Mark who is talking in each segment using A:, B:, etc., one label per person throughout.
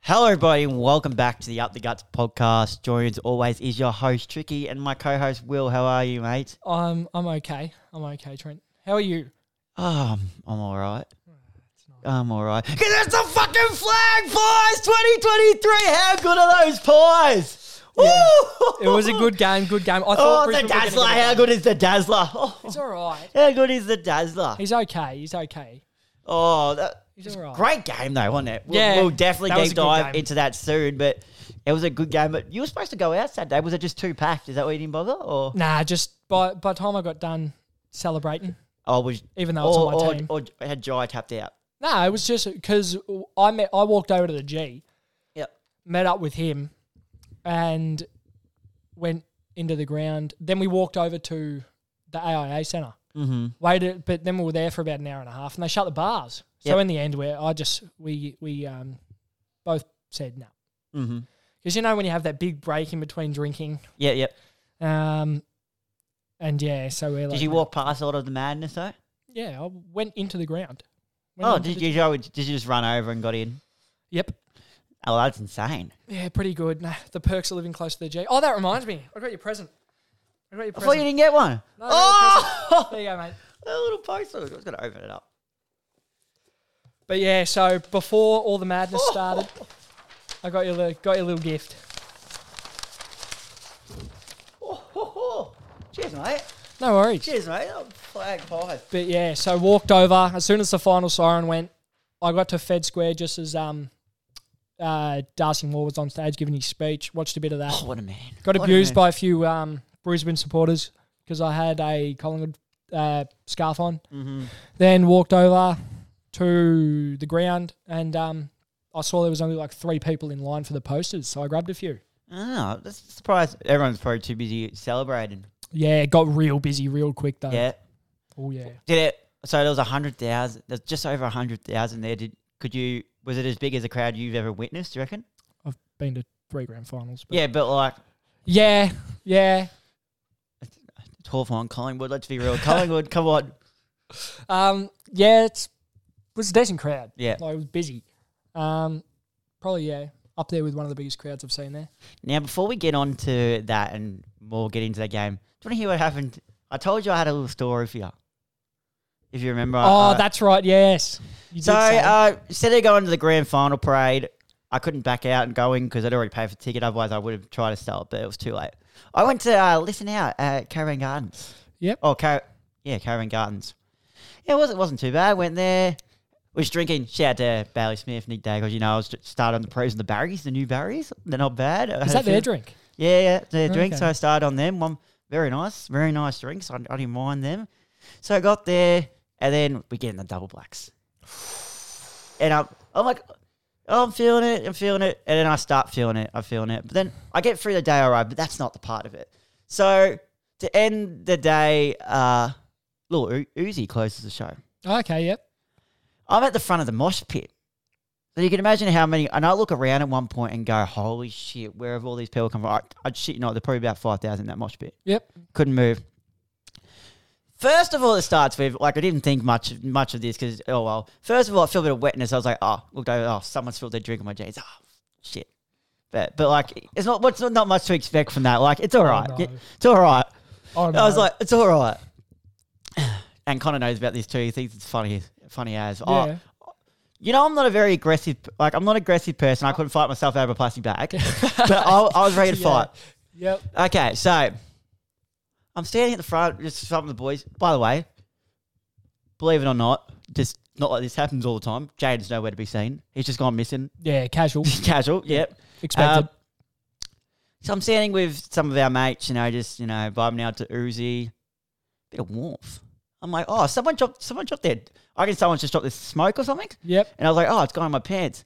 A: Hello, everybody, and welcome back to the Up the Guts podcast. Joined as always is your host Tricky and my co-host Will. How are you, mate?
B: I'm I'm okay. I'm okay, Trent. How are you?
A: Um, I'm all right. I'm all right. 'Cause it's the fucking flag pies 2023. How good are those pies? Woo!
B: It was a good game. Good game. I thought
A: Oh, the
B: Brisbane were gonna
A: dazzler!
B: get it
A: How
B: done.
A: good is the dazzler? Oh,
B: It's all right.
A: how good is the dazzler?
B: He's okay. He's okay.
A: Oh, that,
B: He's all right.
A: Great game though, wasn't it? We'll,
B: Yeah,
A: we'll definitely
B: that was
A: deep
B: a good
A: dive
B: game.
A: into that soon. But it was a good game. But you were supposed to go out Saturday. Was it just too packed? Is that why you didn't bother? Or
B: Nah, just by by the time I got done celebrating,
A: oh, was
B: even though
A: or,
B: it's on my
A: or,
B: team.
A: or had Jai tapped out?
B: Nah, it was just because I met. I walked over to the G,
A: Yep.
B: met up with him, and went into the ground. Then we walked over to the AIA Centre.
A: Mm-hmm.
B: waited, but then we were there for about an hour and a half, and they shut the bars. So
A: Yep.
B: in the end, where I just we we um both said no
A: Mm-hmm.
B: because you know when you have that big break in between drinking,
A: Yeah, yep.
B: um, and yeah, so we're like,
A: Did you walk past all of the madness though?
B: Yeah, I went into the ground. Went
A: Oh,
B: into
A: did
B: the-
A: you, Jai, did you just run over and got in?
B: Yep.
A: Oh, that's insane.
B: Yeah, pretty good. Nah, the perks of living close to the G. Oh, that reminds me, I got your present. I got your
A: I thought you
B: present.
A: didn't get one.
B: No, no,
A: oh,
B: There you go, mate.
A: a little poster. I was going to open it up.
B: But yeah, so before all the madness started, I got your li- got your little gift.
A: Oh, ho, ho. Cheers, mate.
B: No worries.
A: Cheers, mate. Oh, flag five.
B: But yeah, so walked over as soon as the final siren went. I got to Fed Square just as um, uh, Darcy Moore was on stage giving his speech. Watched a bit of that.
A: Oh, what a man.
B: got
A: What a
B: abused
A: man.
B: by a few um, Brisbane supporters because I had a Collingwood uh, scarf on. Then walked over to the ground and um, I saw there was only like three people in line for the posters, so I grabbed a few.
A: Oh, that's a surprise. Everyone's probably too busy celebrating.
B: Yeah, it got real busy real quick though.
A: Yeah.
B: Oh yeah.
A: Did it? So there was a hundred thousand. There's just over a hundred thousand there. Did could you? Was it as big as a crowd you've ever witnessed? Do you reckon?
B: I've been to three grand finals. But
A: Yeah, but like
B: yeah, yeah.
A: twelve on Collingwood. Let's be real. Collingwood, come on.
B: Um, yeah, it's, it was a decent crowd.
A: Yeah.
B: Like, it was busy. Um, probably, yeah, up there with one of the biggest crowds I've seen there.
A: Now before we get on to that and more get into that game, do you want to hear what happened? I told you I had a little story for you. If you remember.
B: oh,
A: I-
B: that's right, yes. You
A: So,
B: say.
A: uh, instead of going to the grand final parade, I couldn't back out and go in because I'd already paid for the ticket. Otherwise, I would have tried to sell it, but it was too late. I went to uh, listen out at Caravan Gardens.
B: Yep.
A: Oh, Car- yeah, Caravan Gardens. Yeah, it wasn't, wasn't too bad. Went there, was drinking. Shout out to Bailey Smith, Nick Dagos. You know, I was j- started on the pros and the barries, the new barries. They're not bad. I had a
B: Is that their
A: few-
B: drink?
A: yeah, yeah, the drinks. So
B: Okay.
A: I started on them. One very nice, very nice drinks. I, I didn't mind them. So I got there, and then we get in the double blacks, and I'm I'm like, oh, I'm feeling it, I'm feeling it, and then I start feeling it, I'm feeling it. But then I get through the day all right, but that's not the part of it. So to end the day, uh, little U- Uzi closes the show.
B: Oh, Okay, yep.
A: I'm at the front of the mosh pit. So you can imagine how many, and I look around at one point and go, holy shit, where have all these people come from? I, I shit you not, they're probably about 5,000 in that mosh pit.
B: Yep.
A: Couldn't move. First of all, it starts with, like, I didn't think much much of this because, oh, well. First of all, I feel a bit of wetness. I was like, oh, looked over, oh, someone spilled their drink on my jeans. Oh, shit. But, but like, it's not, what's not much to expect from that. Like, it's all right.
B: Oh, no.
A: It's all right.
B: Oh,
A: I was like, it's all right. And Connor knows about this too. He thinks it's funny, funny as. Oh,
B: yeah.
A: you know, I'm not a very aggressive, like, I'm not an aggressive person. I couldn't fight myself out of a plastic bag, but I, I was ready to
B: Yeah.
A: fight.
B: Yep.
A: Okay, so I'm standing at the front, just some of the boys. By the way, believe it or not, just not like this happens all the time. Jaden's nowhere to be seen. He's just gone missing.
B: Yeah, casual.
A: Um, Casual, yep.
B: Expected.
A: Um, so I'm standing with some of our mates, you know, just you know, vibing out to Uzi, bit of warmth. I'm like, oh, someone dropped, someone dropped their. I reckon someone's just dropped this smoke or something.
B: yep.
A: And I was like, oh, it's gone in my pants.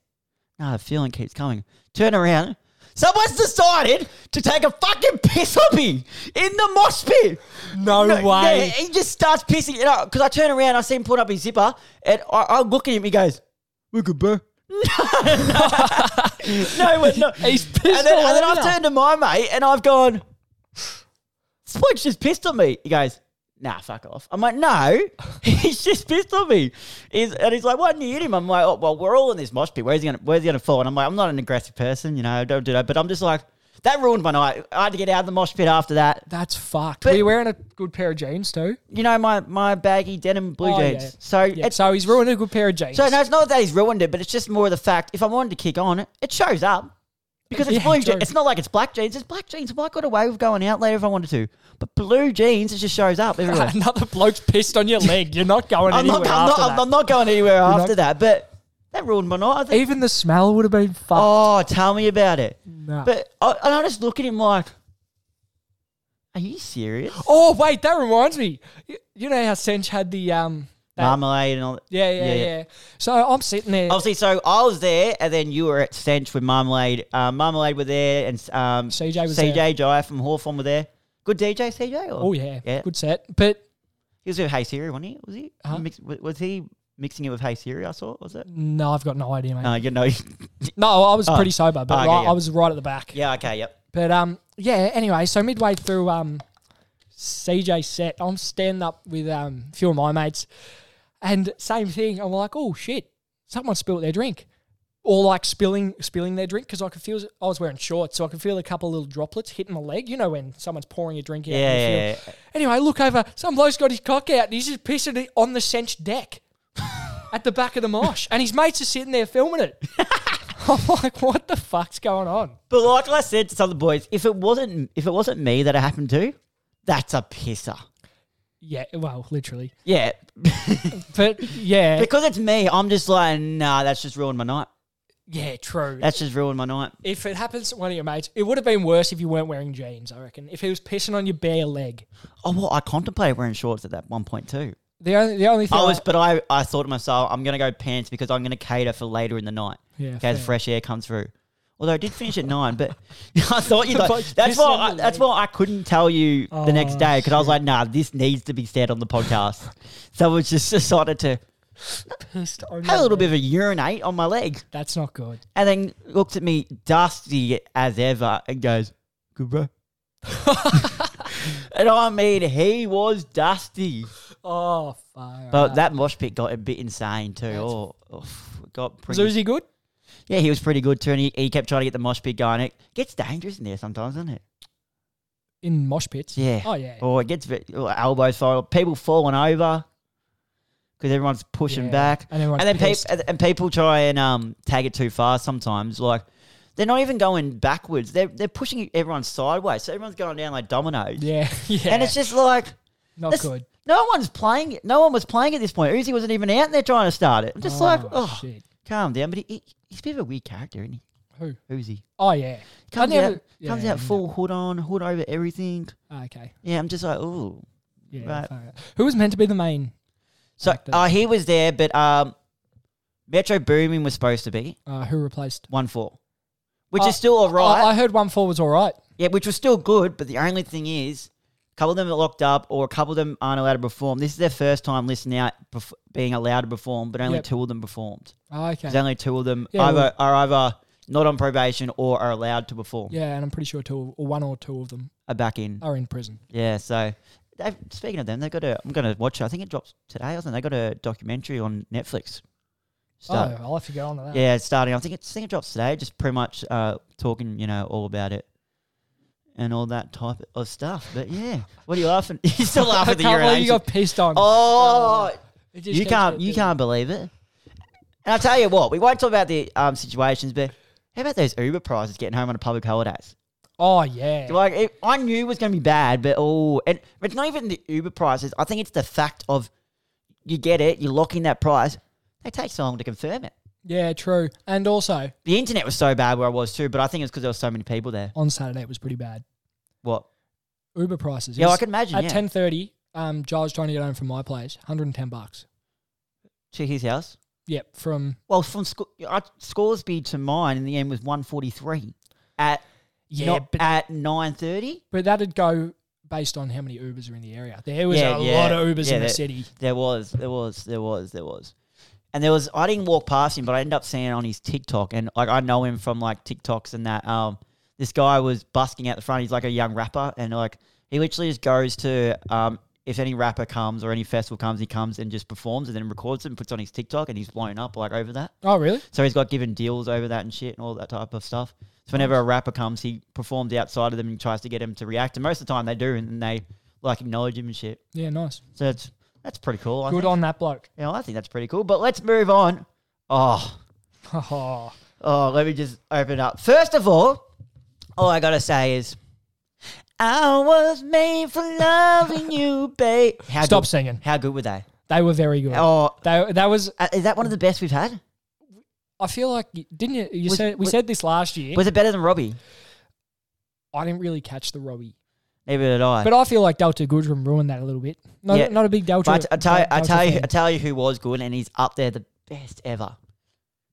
A: No, the feeling keeps coming. Turn around. Someone's decided to take a fucking piss on me in the mosh pit.
B: No,
A: yeah,
B: way.
A: he just starts pissing. Because I, 'cause I turn around, I see him pulling up his zipper, and I, I look at him. He goes, "We're good, bro." No, no, no, no.
B: He's pissed
A: And then,
B: all
A: and then
B: over.
A: I've turned to my mate, and I've gone, "Spudge just pissed on me." He goes, nah, fuck off. I'm like, no, he's just pissed on me. He's, and he's like, why didn't you hit him? I'm like, oh, well, we're all in this mosh pit. Where's he gonna, where's he gonna fall? And I'm like, I'm not an aggressive person, you know, I don't do that. But I'm just like, that ruined my night. I had to get out of the mosh pit after that.
B: That's fucked.
A: But-
B: Were you wearing a good pair of jeans too?
A: You know, my my baggy denim blue
B: Oh, yeah.
A: jeans. So
B: Yeah,
A: it's
B: so he's ruined a good pair of jeans.
A: so no, it's not that he's ruined it, but it's just more the fact if I wanted to kick on it, it shows up. Because it's
B: Yeah,
A: blue
B: true.
A: jeans. It's not like it's black jeans. It's black jeans. Well, I got away with going out later if I wanted to. But blue jeans, it just shows up everywhere.
B: Another bloke's pissed on your leg. You're not going
A: I'm
B: anywhere
A: not, I'm,
B: after
A: not, I'm,
B: that.
A: I'm not going anywhere
B: not-
A: after that, but that ruined my night. I think,
B: Even the smell would have been fucked.
A: oh, tell me about it.
B: Nah.
A: But I, and I just look at him like, are you serious?
B: oh wait, that reminds me. You, you know how Sench had the um. That,
A: Marmalade and all that.
B: yeah, yeah,
A: yeah, Oh,
B: yeah,
A: yeah.
B: So I'm sitting there.
A: Obviously, so I was there, and then you were at Stench with Marmalade. Um, Marmalade were there, and um,
B: CJ was
A: CJ
B: there.
A: Jai from Hawthorn were there. Good DJ, CJ? Or?
B: Oh yeah,
A: Yeah.
B: good set. But
A: He was with Hey Siri, wasn't he? Was he?
B: Huh?
A: Mix, wa- was he mixing it with Hey Siri, I saw? Was it?
B: no, I've got no idea, mate.
A: Uh, you know.
B: no, I was
A: Oh.
B: pretty sober, but
A: Oh, okay,
B: right,
A: yeah.
B: I was right at the back.
A: yeah, okay, yep.
B: But um, yeah. Anyway, so midway through um, CJ set, I'm standing up with um, a few of my mates, and same thing. I'm like, oh shit, someone spilled their drink, or like spilling spilling their drink because I could feel I was wearing shorts, so I could feel a couple little droplets hitting my leg. You know when someone's pouring a drink out.
A: Yeah,
B: and you
A: yeah,
B: feel-
A: yeah.
B: Anyway, I look over. Some bloke's got his cock out and he's just pissing it on the cinch deck at the back of the mosh. And his mates are sitting there filming it. I'm like, what the fuck's going on?
A: But like I said to some of the boys, if it wasn't if it wasn't me that it happened to, that's a pisser.
B: Yeah, well, literally.
A: Yeah,
B: But yeah,
A: because it's me, I'm just like, nah, that's just ruined my night.
B: yeah, true.
A: That's just ruined my night.
B: If it happens to one of your mates, it would have been worse if you weren't wearing jeans, I reckon. If he was pissing on your bare leg.
A: Oh, well, I contemplated wearing shorts at that one point too.
B: The only, the only thing.
A: I was, but I, I thought to myself, I'm gonna go pants because I'm gonna cater for later in the night.
B: Yeah,
A: okay, as
B: fair.
A: fresh air comes through. Although I did finish at nine, but I thought you.
B: Like,
A: That's
B: pissing
A: why.
B: on
A: I,
B: your
A: that's
B: leg.
A: why I couldn't tell you the next
B: Oh,
A: day because I was like, nah, this needs to be said on the podcast. so it's just decided to
B: pissed
A: have
B: on
A: a
B: your
A: little
B: leg.
A: bit of a urinate on my leg.
B: That's not good.
A: and then looks at me dusty as ever and goes, "Good bro." and I mean, he was dusty,
B: Oh, fuck.
A: but that mosh pit got a bit insane too.
B: That's-
A: Oh, oof, it got
B: so is
A: pretty.
B: he good?
A: Yeah, he was pretty good too, and he, he kept trying to get the mosh pit going. It gets dangerous in there sometimes, doesn't it?
B: In mosh pits?
A: Yeah.
B: Oh, yeah.
A: Or it gets ve- or elbows fall, people falling over because everyone's pushing
B: Yeah.
A: back.
B: And, everyone's
A: and then
B: pissed.
A: people and people try and um, tag it too far sometimes. Like they're not even going backwards; they're they're pushing everyone sideways. So everyone's going down like dominoes,
B: Yeah, yeah.
A: and it's just like
B: not
A: this-
B: good.
A: no one's playing. it. No one was playing at this point. Uzi wasn't even out there trying to start it. I'm just like, oh,
B: shit.
A: calm down. But he, he- he's a bit of a weird character, isn't he?
B: Who?
A: Uzi
B: Oh yeah.
A: comes
B: never-
A: out, comes
B: yeah,
A: out
B: no.
A: full hood on, hood over everything.
B: Ah, okay.
A: Yeah, I'm just like, ooh.
B: Yeah.
A: Right.
B: far out. Who was meant to be the main?
A: So
B: Like the-
A: uh, he was there, but um, Metro Booming was supposed to be
B: Uh, who replaced?
A: one four, which
B: Oh,
A: is still all right.
B: I, I heard one four was all right.
A: Yeah, which was still good, but the only thing is, a couple of them are locked up, or a couple of them aren't allowed to perform. This is their first time listening out perf- being allowed to perform, but only
B: Yep.
A: two of them performed.
B: Oh, okay.
A: There's only two of them
B: Yeah,
A: either are
B: well-
A: either not on probation or are allowed to perform.
B: yeah, and I'm pretty sure two or one or two of them
A: Are back in.
B: are in prison.
A: Yeah, so they've, speaking of them, they got a. I'm going to watch. it. I think it drops today. or something. they got a documentary on Netflix. Start,
B: Oh, I'll have to get on to that.
A: Yeah, it's starting. I think it's I think it drops today. Just pretty much uh, talking, you know, all about it and all that type of stuff. But yeah, what are you laughing? You're still
B: I
A: laughing at
B: can't
A: the
B: believe
A: urination.
B: you got pissed on.
A: oh,
B: It just
A: you
B: keeps
A: can't
B: getting
A: you
B: bigger.
A: can't believe it. And I tell you what, we won't talk about the um, situations, but how about those Uber prices getting home on a public holidays?
B: Oh yeah.
A: Like it, I knew it was going to be bad, but oh, and but it's not even the Uber prices. I think it's the fact of you get it, you lock in that price. They take so long to confirm it.
B: yeah, true. And also
A: The internet was so bad where I was too, but I think it's because there were so many people there.
B: on Saturday it was pretty bad.
A: What?
B: Uber prices. It
A: Yeah, I
B: was-
A: can imagine.
B: At
A: yeah.
B: ten thirty, um, Giles was trying to get home from my place, hundred and ten bucks.
A: to his house.
B: Yep, from
A: Well, from Sc- I, Scoresby to mine in the end was one forty three at
B: yeah,
A: not-
B: but
A: at nine thirty.
B: But that'd go based on how many Ubers are in the area. There was
A: Yeah,
B: a
A: yeah.
B: lot of Ubers
A: Yeah,
B: in the
A: that-
B: city.
A: There was, there was, there was, there was, and there was. I didn't walk past him, but I ended up seeing it on his TikTok, and like I know him from like TikToks and that. Um, this guy was busking out the front. He's like a young rapper, and like he literally just goes to um if any rapper comes or any festival comes, he comes and just performs and then records it and puts it on his TikTok and he's blown up like over that.
B: Oh, really?
A: So he's got given deals over that and shit and all that type of stuff. So whenever a rapper comes, he performs outside of them and tries to get him to react. And most of the time they do and they like acknowledge him and shit.
B: Yeah, nice.
A: So it's, that's pretty cool. I
B: Good
A: think.
B: on that bloke.
A: Yeah, I think that's pretty cool. But let's move on. Oh,
B: Oh,
A: oh, let me just open it up. First of all, all I gotta say is, I was made for loving you, babe. How
B: stop
A: Good,
B: singing.
A: how good were they?
B: They were very good.
A: Oh,
B: They, that was.
A: uh, is that one of the best we've had?
B: I feel like you- didn't you? You
A: Was-
B: said we
A: was-
B: said this last year.
A: Was it better than Robbie?
B: I didn't really catch the Robbie,
A: Neither did I.
B: but I feel like Delta Goodrum ruined that a little bit. Not,
A: Yeah.
B: not a big Delta.
A: But I, t- I tell you, I
B: Delta
A: tell you, I
B: fan.
A: tell you who was good, and he's up there, the best ever.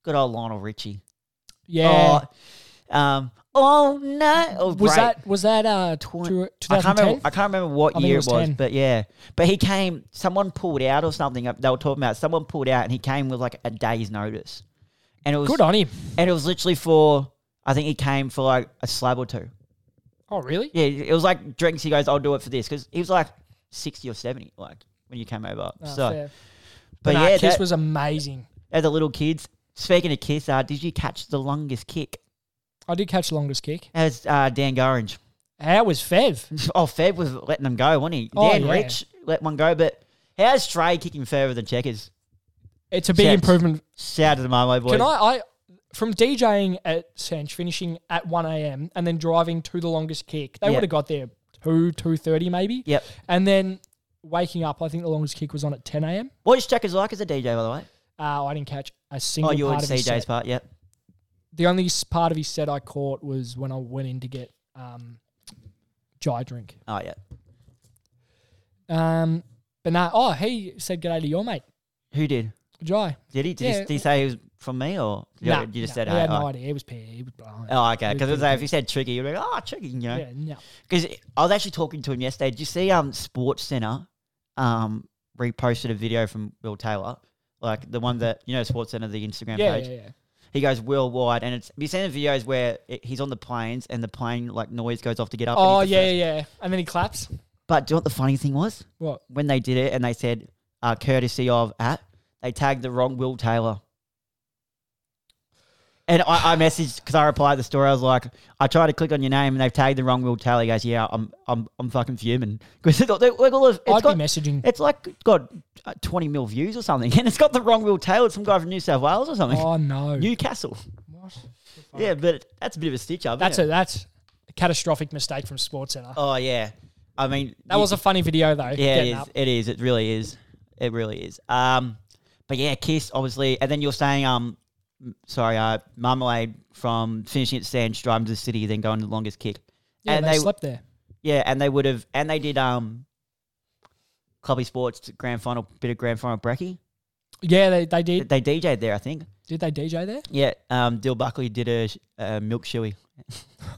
A: Good old Lionel Richie.
B: yeah.
A: Oh, um, all night. Oh,
B: was
A: great.
B: that was that uh
A: Twen- I can't
B: 2010?
A: remember. I can't remember what
B: I think
A: year
B: it
A: it
B: was
A: was,
B: 10.
A: but yeah. But he came. Someone pulled out or something. uh, They were talking about someone pulled out, and he came with like a day's notice. And it was
B: Good on him.
A: and it was literally for. I think he came for like a slab or two.
B: Oh really?
A: Yeah, it was like drinks. He goes, "I'll do it for this," because he was like sixty or seventy, like when you came over.
B: Ah,
A: so,
B: fair.
A: but
B: Nah,
A: yeah,
B: Kiss
A: that,
B: was amazing.
A: as the little kids. Speaking of kiss, uh, did you catch the longest kick?
B: I did catch the longest kick.
A: As uh, Dan Gorringe.
B: How was Fev?
A: Oh, Feb was letting them go, wasn't he?
B: Oh,
A: Dan
B: yeah.
A: Rich let one go, but how's Trey kicking further than checkers?
B: It's a big
A: Shit.
B: improvement.
A: Shout out to the Marmo boys.
B: Can I? I from DJing at Cinch, finishing at one a.m. and then driving to the longest kick. They
A: Yeah.
B: would have got there two two thirty maybe.
A: Yep.
B: And then waking up, I think the longest kick was on at ten a.m.
A: What is checkers like as a DJ, by the way?
B: Uh, I didn't catch a
A: Oh,
B: single
A: you and
B: part of his
A: CJ's
B: set.
A: part, yep.
B: The only s- part of his set I caught was when I went in to get um, jai drink.
A: Oh, yeah.
B: Um, but now, oh, he said g'day to your mate,
A: Who did?
B: Jai.
A: Did he? Did,
B: Yeah.
A: he, did he say he was from me or you,
B: Nah,
A: you just
B: nah,
A: said,
B: he
A: hey,
B: had no
A: oh.
B: idea. He was paired. He was blind.
A: Oh, okay. Because
B: Yeah.
A: if you said tricky, you'd be like, oh, tricky, you know.
B: Yeah, no.
A: because I was actually talking to him yesterday. Did you see um Sports Center um reposted a video from Will Taylor, like the one that you know Sports Center the Instagram
B: Yeah,
A: page.
B: yeah, yeah.
A: He goes worldwide, and it's have you seen the videos where it, he's on the planes and the plane like noise goes off to get up. and
B: Oh,
A: he's the
B: yeah,
A: first-
B: yeah, yeah. And then he claps.
A: But do you know what the funny thing was
B: What?
A: when they did it and they said uh, courtesy of at they tagged the wrong Will Taylor. And I, I messaged because I replied to the story. I was like, I tried to click on your name and they've tagged the wrong Will Taylor. He goes, Yeah, I'm I'm I'm fucking fuming because it's, got-
B: I'd be messaging.
A: it's like got uh, 20 mil views or something, and it's got the wrong Will Taylor. It's some guy from New South Wales or something,
B: Oh no.
A: Newcastle.
B: What?
A: Yeah, but that's a bit of a stitch up.
B: That's
A: it.
B: a that's a catastrophic mistake from SportsCenter.
A: Oh yeah, I mean
B: that
A: you-
B: was a funny video though.
A: Yeah, it
B: getting
A: is.
B: up.
A: It is. It really is. It really is. Um, but yeah, Kiss obviously, and then you're saying um, m- sorry, uh, Marmalade from finishing at Sands, driving to the city, then going to the longest kick.
B: Yeah,
A: and
B: they,
A: they-
B: slept there.
A: Yeah, and they would have, and they did um, Clubby Sports grand final bit of grand final brekkie.
B: Yeah, they, they did.
A: They DJ'd there, I think.
B: Did they DJ there?
A: Yeah, um, Dill Buckley did a, sh- a milk shoey.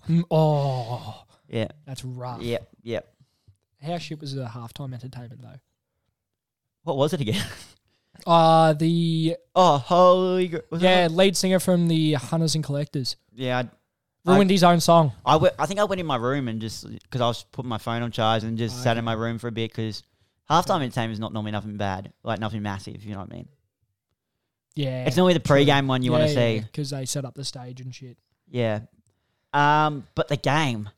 B: Mm, Oh,
A: Yeah,
B: that's rough.
A: yeah, yeah.
B: How shit was the halftime entertainment though?
A: What was it again?
B: Uh the
A: Oh, holy! gr- Was it
B: yeah
A: like-
B: lead singer from the Hunters and Collectors
A: yeah. I-
B: ruined his own song.
A: I we- I think I went in my room and just because I was putting my phone on charge and just sat in my room for a bit because halftime entertainment is not normally nothing bad, like nothing massive. You know what I mean?
B: Yeah,
A: it's normally the pre-game one you want to see.
B: because they set up the stage and shit.
A: Yeah. Um, but the game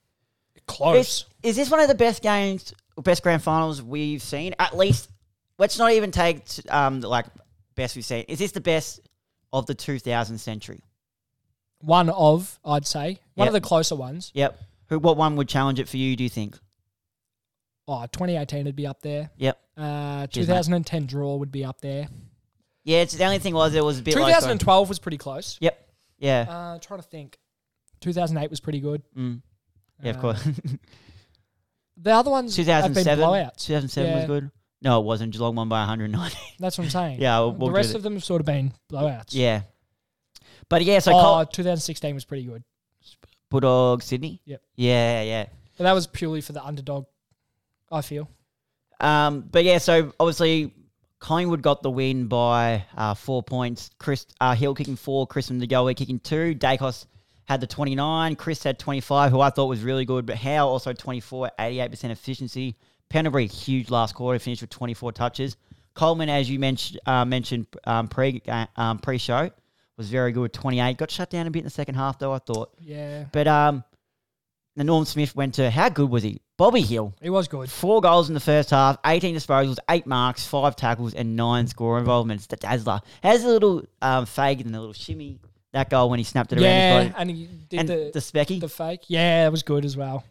B: Close.
A: is this one of the best games, best grand finals we've seen? At least let's not even take t- um like best we've seen. Is this the best of the 2000 century?
B: One of I'd say one of
A: Yeah.
B: the closer ones.
A: Yep. Who? What one would challenge it for you? Do you think?
B: Oh, 2018 would be up there.
A: Yep.
B: Uh,
A: Cheers, mate.
B: 2010 draw would be up there.
A: Yeah. It's the only thing was it was a bit like
B: 2012 was pretty close.
A: Yep. Yeah.
B: Uh, trying to think. 2008 was pretty good.
A: Mm. Yeah, of
B: Uh,
A: course.
B: The other ones have been
A: 2007.
B: blowouts.
A: 2007
B: Yeah.
A: was good. No, it wasn't. Geelong won by 190.
B: That's what I'm saying.
A: yeah, we'll,
B: the
A: we'll
B: rest
A: do
B: of them have sort of been blowouts.
A: that. Yeah. But yeah, so
B: oh,
A: Col-
B: 2016 was pretty good.
A: Bulldog Sydney.
B: Yep.
A: Yeah, yeah.
B: But that was purely for the underdog, I feel.
A: Um, but yeah, so obviously Collingwood got the win by uh, four points. Chris uh, Hill kicking four, Chris and Degoe kicking two. Dacos had the 29. Chris had 25, who I thought was really good, but Howe also 24, 88% efficiency. Pendlebury, huge last quarter, finished with 24 touches. Coleman, as you mentioned, uh, mentioned um, pre uh, um, pre show, was very good with 28. Got shut down a bit in the second half, though, I thought.
B: Yeah,
A: But um, the Norm Smith went to how good was he? Bobby Hill,
B: he was good.
A: four goals in the first half, 18 disposals, eight marks, five tackles, and nine score involvements. The Dazzler has a little um, fag and a little shimmy. That goal when he snapped it around his
B: Yeah,
A: body.
B: and he did
A: And
B: the,
A: the,
B: the
A: specky.
B: fake. Yeah, it was good as well.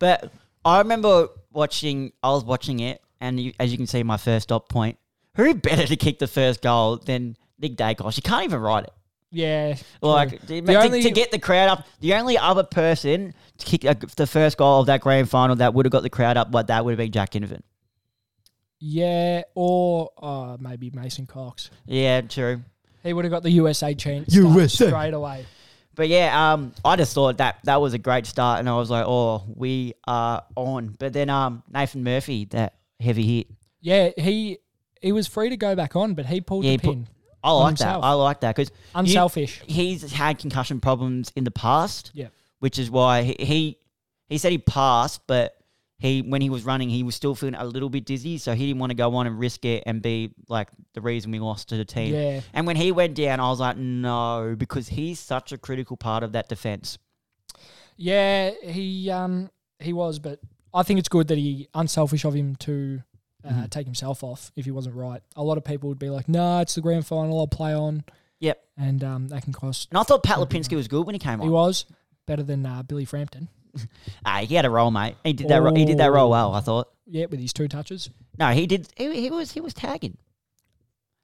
A: But I remember watching. I was watching it, and you, as you can see, my first stop point. Who better to kick the first goal than Nick Dacos? You can't even write it.
B: Yeah, true.
A: Like to,
B: The
A: to-
B: only-
A: to get the crowd up. The only other person to kick uh, the first goal of that grand final that would have got the crowd up, but that would have been Jack Inovan.
B: yeah, or uh, maybe Mason Cox.
A: Yeah, true.
B: He would have got the USA chance USA straight away.
A: But yeah, um, I just thought that that was a great start, and I was like, oh, we are on. But then um, Nathan Murphy, that heavy hit.
B: Yeah, he he was free to go back on, but he pulled
A: Yeah, he
B: the
A: put-
B: pin.
A: I like
B: Himself.
A: that. I like that because
B: Unselfish.
A: he's had concussion problems in the past.
B: Yeah.
A: which is why he, he he said he passed, but he when he was running, he was still feeling a little bit dizzy, so he didn't want to go on and risk it and be like the reason we lost to the team.
B: Yeah.
A: And when he went down, I was like, no, because he's such a critical part of that defense.
B: Yeah, he um he was, but I think it's good that he unselfish of him to uh,
A: Mm-hmm.
B: take himself off if he wasn't right. A lot of people would be like, "Nah, it's the grand final. I'll play on,"
A: Yep.
B: and um that can cost.
A: And I thought Pat Lipinski was good when he came
B: Mm-hmm. He
A: on.
B: was better than uh, Billy Frampton.
A: Ah, he had a role, mate. He did that. Ro- he did that role well. I thought.
B: Yeah, with his two touches.
A: No, he did. He, he was. He was tagging.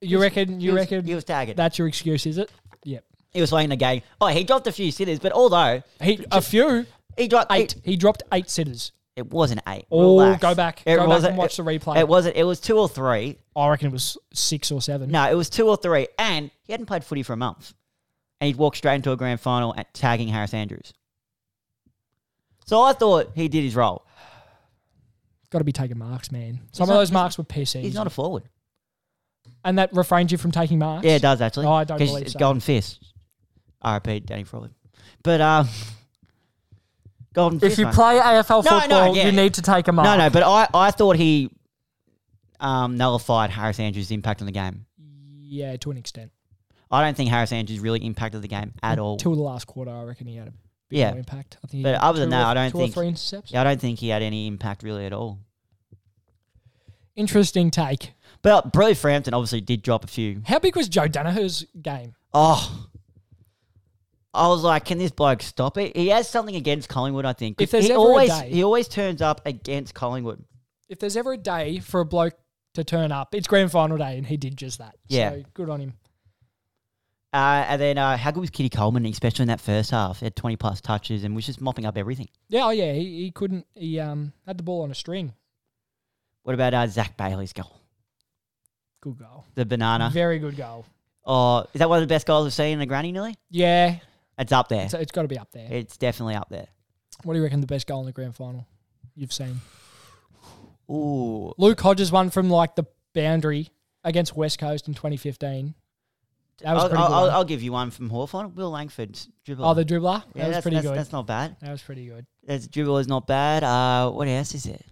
B: You reckon? You
A: He was-
B: reckon
A: he was tagging?
B: that's your excuse? Is it? Yep.
A: He was playing the game. Oh, he dropped a few sitters, but although
B: He a few
A: he dropped
B: eight. He dropped eight sitters.
A: It wasn't eight.
B: Oh,
A: Relax.
B: go back. Go back and watch the replay.
A: It wasn't. It was two or three.
B: I reckon it was six or seven.
A: No, it was two or three, and he hadn't played footy for a month, and he'd walked straight into a grand final at tagging Harris Andrews. So I thought he did his role.
B: Got to be taking marks, man. Some
A: not-
B: of those
A: he's-
B: marks were pissing,
A: He's not a forward.
B: and that refrains you from taking marks.
A: Yeah, it does actually.
B: Oh, I don't
A: 'Cause
B: believe
A: it's
B: so.
A: Golden Fist. R.I.P. Danny Frawley. But um, Golden Fist.
B: If you
A: mate.
B: play AFL
A: No, no,
B: football,
A: yeah.
B: you need to take a mark.
A: no, no, but I, I thought he um, nullified Harris Andrews' impact on the game.
B: Yeah, to an extent.
A: I don't think Harris Andrews really impacted the game at all.
B: Till the last quarter, I reckon he had a big
A: Yeah.
B: more impact. I think. he
A: But
B: had
A: other than
B: two
A: that,
B: or-
A: I don't
B: two
A: think-
B: or three intercepts.
A: Yeah, I don't think he had any impact really at all.
B: Interesting take.
A: But Billy Frampton obviously did drop a few.
B: How big was Joe Danaher's game?
A: Oh, I was like, can this bloke stop it? He has something against Collingwood, I think. 'cause
B: If there's
A: he
B: ever a
A: always
B: day-
A: he always turns up against Collingwood.
B: If there's ever a day for a bloke to turn up, it's grand final day, and he did just that.
A: Yeah.
B: so good on him.
A: Uh, and then uh, how good was Kitty Coleman, especially in that first half? He had twenty plus touches and was just mopping up everything.
B: Yeah, oh yeah, he, he couldn't. He um had the ball on a string.
A: What about uh, Zach Bailey's goal?
B: Good goal.
A: The banana.
B: Very good goal.
A: Oh, is that one of the best goals we've seen in a granny? Nearly,
B: Yeah,
A: it's up there.
B: so it's got to be up there.
A: It's definitely up there.
B: What do you reckon the best goal in the grand final you've seen?
A: Ooh,
B: Luke Hodges won from like the boundary against West Coast in 2015. That was
A: I'll,
B: pretty
A: I'll,
B: good.
A: I'll,
B: one.
A: I'll give you one from Hawthorn. Will Langford's dribble.
B: oh, the dribbler.
A: Yeah,
B: that was
A: that's,
B: pretty
A: that's,
B: good.
A: That's not bad.
B: that was pretty good.
A: That's dribble is not bad. Uh, what else is it?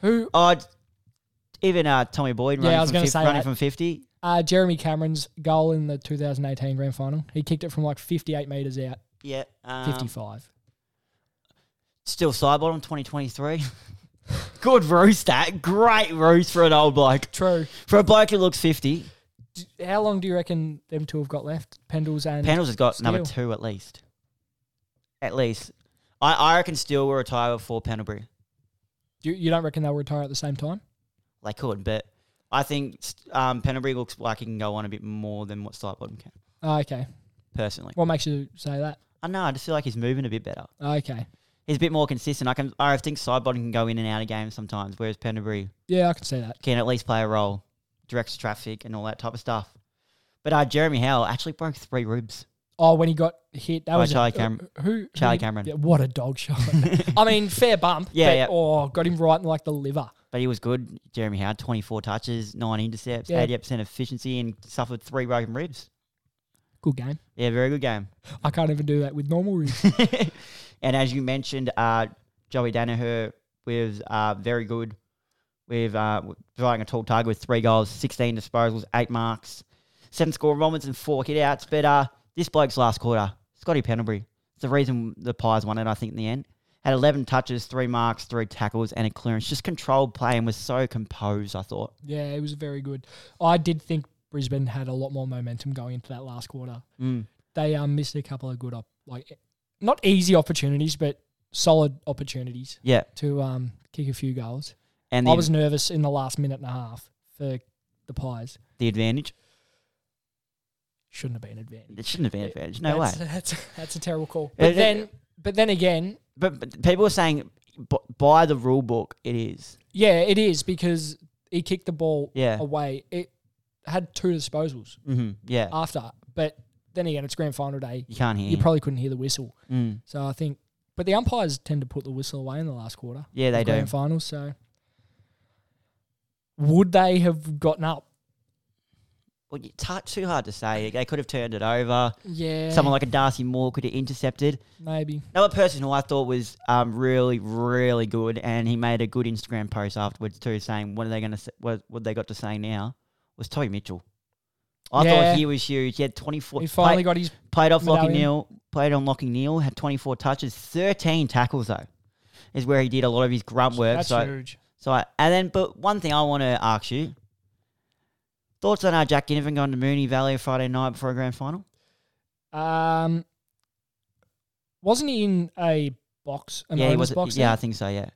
B: Who?
A: Oh, it's- even uh, Tommy Boyd
B: Yeah,
A: running,
B: I was
A: from,
B: gonna
A: 50,
B: say
A: running
B: that.
A: from fifty.
B: Uh, Jeremy Cameron's goal in the 2018 grand final. He kicked it from like 58 meters out,
A: Yeah, um,
B: 55.
A: Still side bottom twenty twenty three. Good roost that. Great roost for an old bloke.
B: True.
A: For a bloke who looks fifty,
B: D- How long do you reckon them two have got left? Pendles and
A: Pendles has got number
B: Steele.
A: two at least. At least, I, I reckon Steele will retire before Pendlebury.
B: you, you don't reckon they'll retire at the same time?
A: They could, but I think um, Pendlebury looks like he can go on a bit more than what side bottom can.
B: Ah, okay.
A: Personally,
B: What makes you say that?
A: I know. I just feel like he's moving a bit better.
B: Ah, Okay.
A: He's a bit more consistent. I can. I think side bottom can go in and out of games sometimes, whereas Pendlebury
B: Yeah, I can see that.
A: can at least play a role, directs traffic and all that type of stuff. But uh, Jeremy Howell actually broke three ribs.
B: Oh, when he got hit, that
A: By
B: was a-
A: Charlie Cameron.
B: uh, Who?
A: Charlie
B: who-
A: Cameron.
B: yeah, what a dog shot! I mean, fair bump.
A: Yeah,
B: but,
A: yeah.
B: Oh, got him right in like the liver.
A: But he was good. Jeremy Howell, 24 touches, 9 intercepts,
B: Yeah.
A: 88% efficiency, and suffered three broken ribs.
B: Good game.
A: Yeah, very good game.
B: I can't even do that with normal ribs.
A: and as you mentioned, uh, Joey Danaher was uh, very good. with uh, providing a tall target with three goals, 16 disposals, eight marks, seven score moments, and four hit outs. But uh, this bloke's last quarter, Scotty Pendlebury, it's the reason the Pies won it, I think, in the end. Had 11 touches, three marks, three tackles, and a clearance. Just controlled play and was so composed, I thought.
B: Yeah, it was very good. I did think Brisbane had a lot more momentum going into that last quarter.
A: Mm.
B: They um, missed a couple of good, op- like eh, not easy opportunities, but solid opportunities
A: Yeah.
B: to um, kick a few goals.
A: And
B: I
A: the,
B: was nervous in the last minute and a half for the Pies.
A: the advantage?
B: Shouldn't have been advantage.
A: It shouldn't have been advantage. No way.
B: that's, That's that's a terrible call.
A: It-
B: But
A: it-
B: then, but then again,
A: But, but people are saying b- by the rule book, it is.
B: yeah, it is because he kicked the ball
A: Yeah.
B: away. It had two disposals
A: Mm-hmm. Yeah. Mm.
B: after, but then again, it's grand final day.
A: you can't hear.
B: You
A: him.
B: probably couldn't hear the whistle.
A: Mm.
B: So I think, but the umpires tend to put the whistle away in the last quarter.
A: Yeah, they
B: of
A: do.
B: grand final. So would they have gotten up?
A: Well, it's hard, too hard to say. They could have turned it over.
B: Yeah,
A: Someone like a Darcy Moore could have intercepted.
B: maybe.
A: Another person who I thought was um, really, really good, and he made a good Instagram post afterwards too, saying what are they going to what what they got to say now was Toby Mitchell. I
B: Yeah.
A: thought he was huge. He had twenty four.
B: He
A: played,
B: finally got his
A: played off Lockie
B: medallion.
A: Neal. Played on Lockie Neal. Had twenty four touches, thirteen tackles though, is where he did a lot of his grunt work.
B: That's
A: so
B: huge.
A: so I, and then, but one thing I want to ask you: thoughts on uh, Jack Ginnivan going to Mooney Valley Friday night before a grand final?
B: Um, wasn't he in a box? An
A: yeah, he
B: owner's
A: was.
B: box
A: Yeah, I
B: there?
A: think so. Yeah,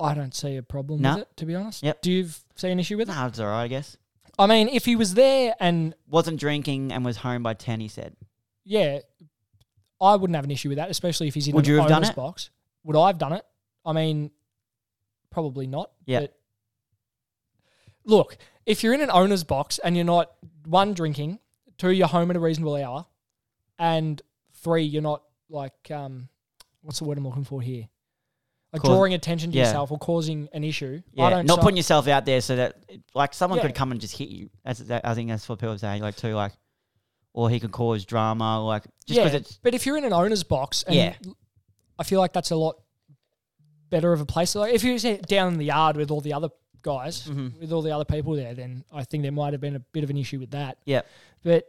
B: I don't see a problem
A: No.
B: with it. To be honest,
A: Yep.
B: Do you f- see an issue with it?
A: no, it's all right, I guess.
B: I mean, if he was there and
A: Wasn't drinking and was home by ten. He said.
B: yeah, I wouldn't have an issue with that, especially if he's in
A: Would
B: an
A: you have done
B: owner's
A: it?
B: box. Would I have done it? I mean, probably not.
A: Yeah.
B: But look, if you're in an owner's box and you're not one drinking, two you're home at a reasonable hour, and three you're not like um, what's the word I'm looking for here? Like
A: Cause-
B: drawing attention to
A: yeah.
B: yourself or causing an issue.
A: Yeah,
B: I don't
A: not
B: si-
A: putting yourself out there so that like someone
B: Yeah.
A: could come and just hit you. That's that, I think that's what people are saying. Like too, like, or he could cause drama. Like just because
B: yeah,
A: it's
B: but if you're in an owner's box, and
A: Yeah.
B: I feel like that's a lot better of a place. Like if you was down in the yard with all the other guys,
A: Mhm.
B: with all the other people there, then I think there might have been a bit of an issue with that.
A: yeah,
B: But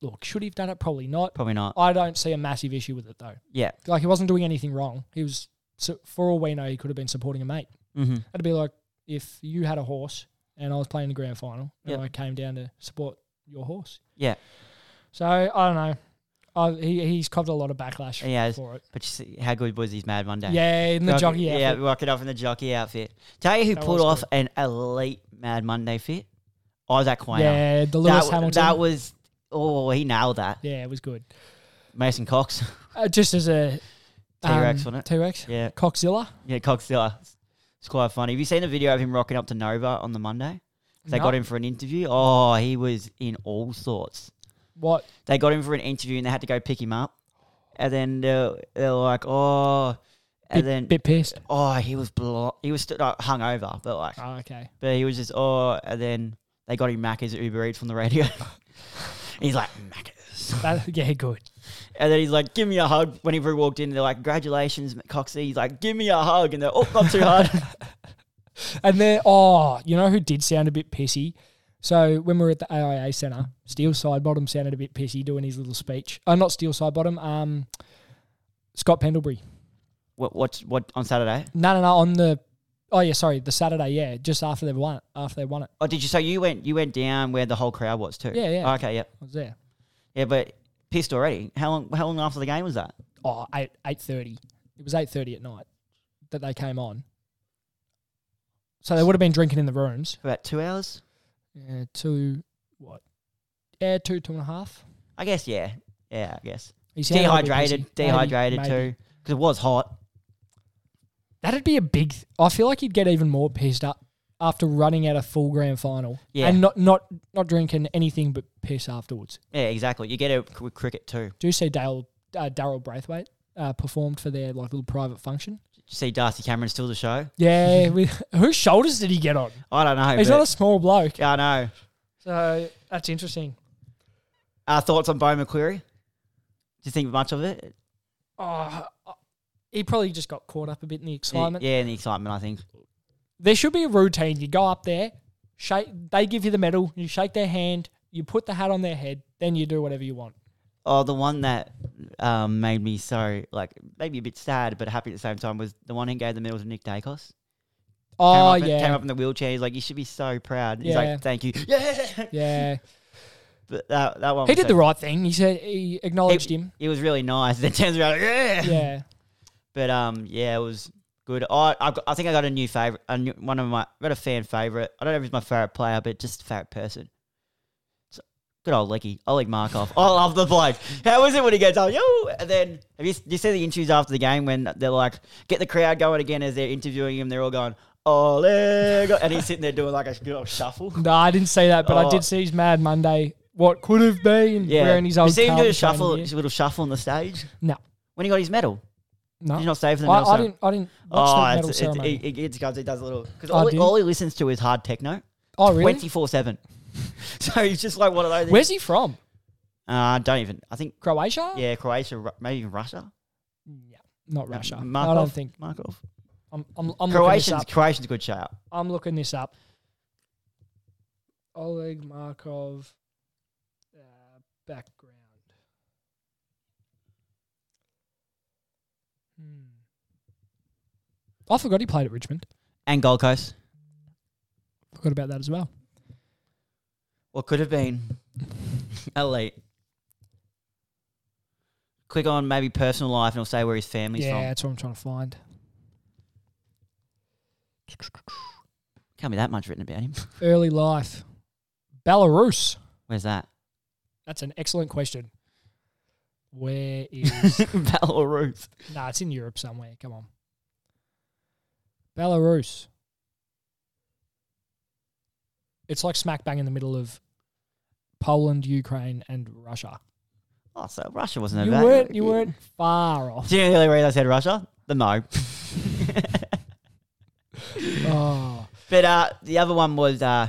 B: look, should he have done it? Probably not.
A: probably not.
B: I don't see a massive issue with it though.
A: Yeah,
B: Like he wasn't doing anything wrong. He was, so for all we know, he could have been supporting a mate.
A: mm-hmm.
B: That'd be like if you had a horse and I was playing the grand final
A: Yep.
B: and I came down to support your horse.
A: Yeah.
B: So I don't know. I, he, he's copped a lot of backlash
A: He has.
B: for it.
A: but you see how good was his Mad Monday?
B: Yeah, in the jockey.
A: yeah,
B: Yeah.
A: rock it off in the jockey outfit. Tell you who
B: That
A: pulled
B: was
A: off an elite Mad Monday fit? Isaac Quayle.
B: Yeah, the
A: that,
B: Lewis
A: w-
B: Hamilton.
A: that was oh, he nailed that.
B: yeah, it was good.
A: Mason Cox.
B: Uh, just as a um,
A: T-Rex, wasn't it?
B: T Rex.
A: yeah,
B: Coxzilla.
A: yeah, Coxilla. It's, it's quite funny. Have you seen the video of him rocking up to Nova on the Monday? They
B: No.
A: got him for an interview. Oh, he was in all sorts.
B: What?
A: They got him for an interview and they had to go pick him up. And then they're, they're like, oh, and
B: bit,
A: then
B: bit pissed.
A: oh, he was blo- he was still like, hungover, but like
B: Oh, okay.
A: But he was just, oh, and then they got him Macca's Uber Eats from the radio. and he's like, Macca's.
B: That, yeah, good.
A: And then he's like, give me a hug. When he walked in, they're like, congratulations, Coxie. He's like, give me a hug. And they're, oh, not too hard.
B: And then, oh, you know who did sound a bit pissy? So when we were at the AIA Centre, Steel Side Bottom sounded a bit pissy doing his little speech. Oh, not Steel Side Bottom. Um, Scott Pendlebury.
A: what, what, what, on Saturday?
B: No, no, no. On the, oh yeah, sorry, the Saturday. Yeah, just after they've won it. After they won it,
A: Oh, did you, so you went, you went down where the whole crowd was too?
B: Yeah, yeah.
A: okay, yep.
B: I was there.
A: Yeah, but pissed already. How long, how long after the game was that?
B: Oh, eight eight thirty. It was eight thirty at night that they came on. So they would have been drinking in the rooms.
A: About two hours?
B: Yeah, two what? Yeah, two two and a half.
A: I guess, yeah. Yeah, I guess.
B: He sounded a bit
A: Dehydrated,
B: pissy. Maybe,
A: dehydrated
B: maybe.
A: too. Because it was hot.
B: That'd be a big. th- I feel like he'd get even more pissed up after running out a full grand final.
A: Yeah.
B: and not not not drinking anything but piss afterwards.
A: Yeah, exactly. You get it with cricket too.
B: Do you see Dale uh, Daryl Braithwaite uh, performed for their like little private function?
A: Did you see Darcy Cameron still the show?
B: Yeah, with, whose shoulders did he get on?
A: I don't know.
B: He's
A: but-
B: not a small bloke,
A: Yeah, I know.
B: so that's interesting.
A: Our thoughts on Bo McQuarrie? Do you think much of it?
B: Oh, he probably just got caught up a bit in the excitement.
A: Yeah, and the excitement, I think.
B: there should be a routine. You go up there, shake. They give you the medal. You shake their hand. You put the hat on their head. Then you do whatever you want.
A: Oh, the one that um, made me so like maybe a bit sad but happy at the same time was the one who gave the medal to Nick Dacos. came
B: Oh
A: up and-
B: yeah,
A: came up in the wheelchair. He's like, you should be so proud. He's
B: Yeah.
A: like, thank you. Yeah.
B: yeah.
A: But that, that one.
B: He
A: was
B: did
A: so-
B: the right thing. He said he acknowledged him.
A: It was really nice. Then turns around, like, yeah.
B: Yeah,
A: But um, yeah, it was good. I I, got, I think I got a new favorite. A new, one of my I got a fan favorite. I don't know if he's my favorite player, but just favorite person. So, good old Lecky, Oleg Markov. I love the bloke. How is it when he gets up? Yo, and then have you you see the interviews after the game when they're like get the crowd going again as they're interviewing him? They're all going. Oleg, and he's sitting there doing like a good old shuffle.
B: no, I didn't see that, but I
A: Oh.
B: did see his Mad Monday. What could have been?
A: Yeah,
B: wearing his old.
A: you see him do
B: Carlton
A: a shuffle,
B: training
A: his
B: gear.
A: little shuffle on the stage
B: No,
A: when he got his medal.
B: no.
A: Did you not stay for the
B: I,
A: medal?
B: I
A: ceremony?
B: didn't. I didn't watch
A: Oh,
B: the medal
A: it's, it,
B: ceremony.
A: it, it, it's because he does a little because
B: Oh,
A: all,
B: do
A: he-
B: you?
A: all he listens to is hard techno,
B: oh, really?
A: twenty four seven. So he's just like one of those.
B: Where's he from?
A: Uh, don't even. I think
B: Croatia?
A: yeah, Croatia, Ru- maybe even Russia.
B: Yeah, Not Russia. I
A: Markov?
B: don't think.
A: Markov.
B: I'm. I'm, I'm looking this
A: Croatians,
B: up.
A: Croatians, a good shout.
B: I'm looking this up. Oleg Markov uh, background. Hmm. I forgot he played at Richmond.
A: And Gold Coast.
B: Forgot about that as well.
A: What could have been elite. Click on maybe personal life, and it'll say where his family's
B: yeah,
A: from.
B: that's what I'm trying to find.
A: Can't be that much written about him.
B: Early life, Belarus.
A: Where's that?
B: That's an excellent question. Where is?
A: Belarus.
B: nah, it's in Europe somewhere. Come on, Belarus. It's like smack bang in the middle of Poland, Ukraine, and Russia.
A: Oh, so Russia wasn't a
B: you
A: bad.
B: weren't. You weren't far off.
A: Do you know the only reason I said Russia? The mo.
B: Oh.
A: But uh, the other one was uh,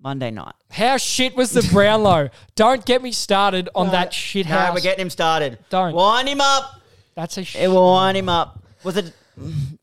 A: Monday night.
B: How shit was the Brownlow? Don't get me started on
A: No,
B: that shit
A: How
B: house.
A: we're getting him started.
B: Don't.
A: Wind him up.
B: That's a shit.
A: It will wind him up. Was it.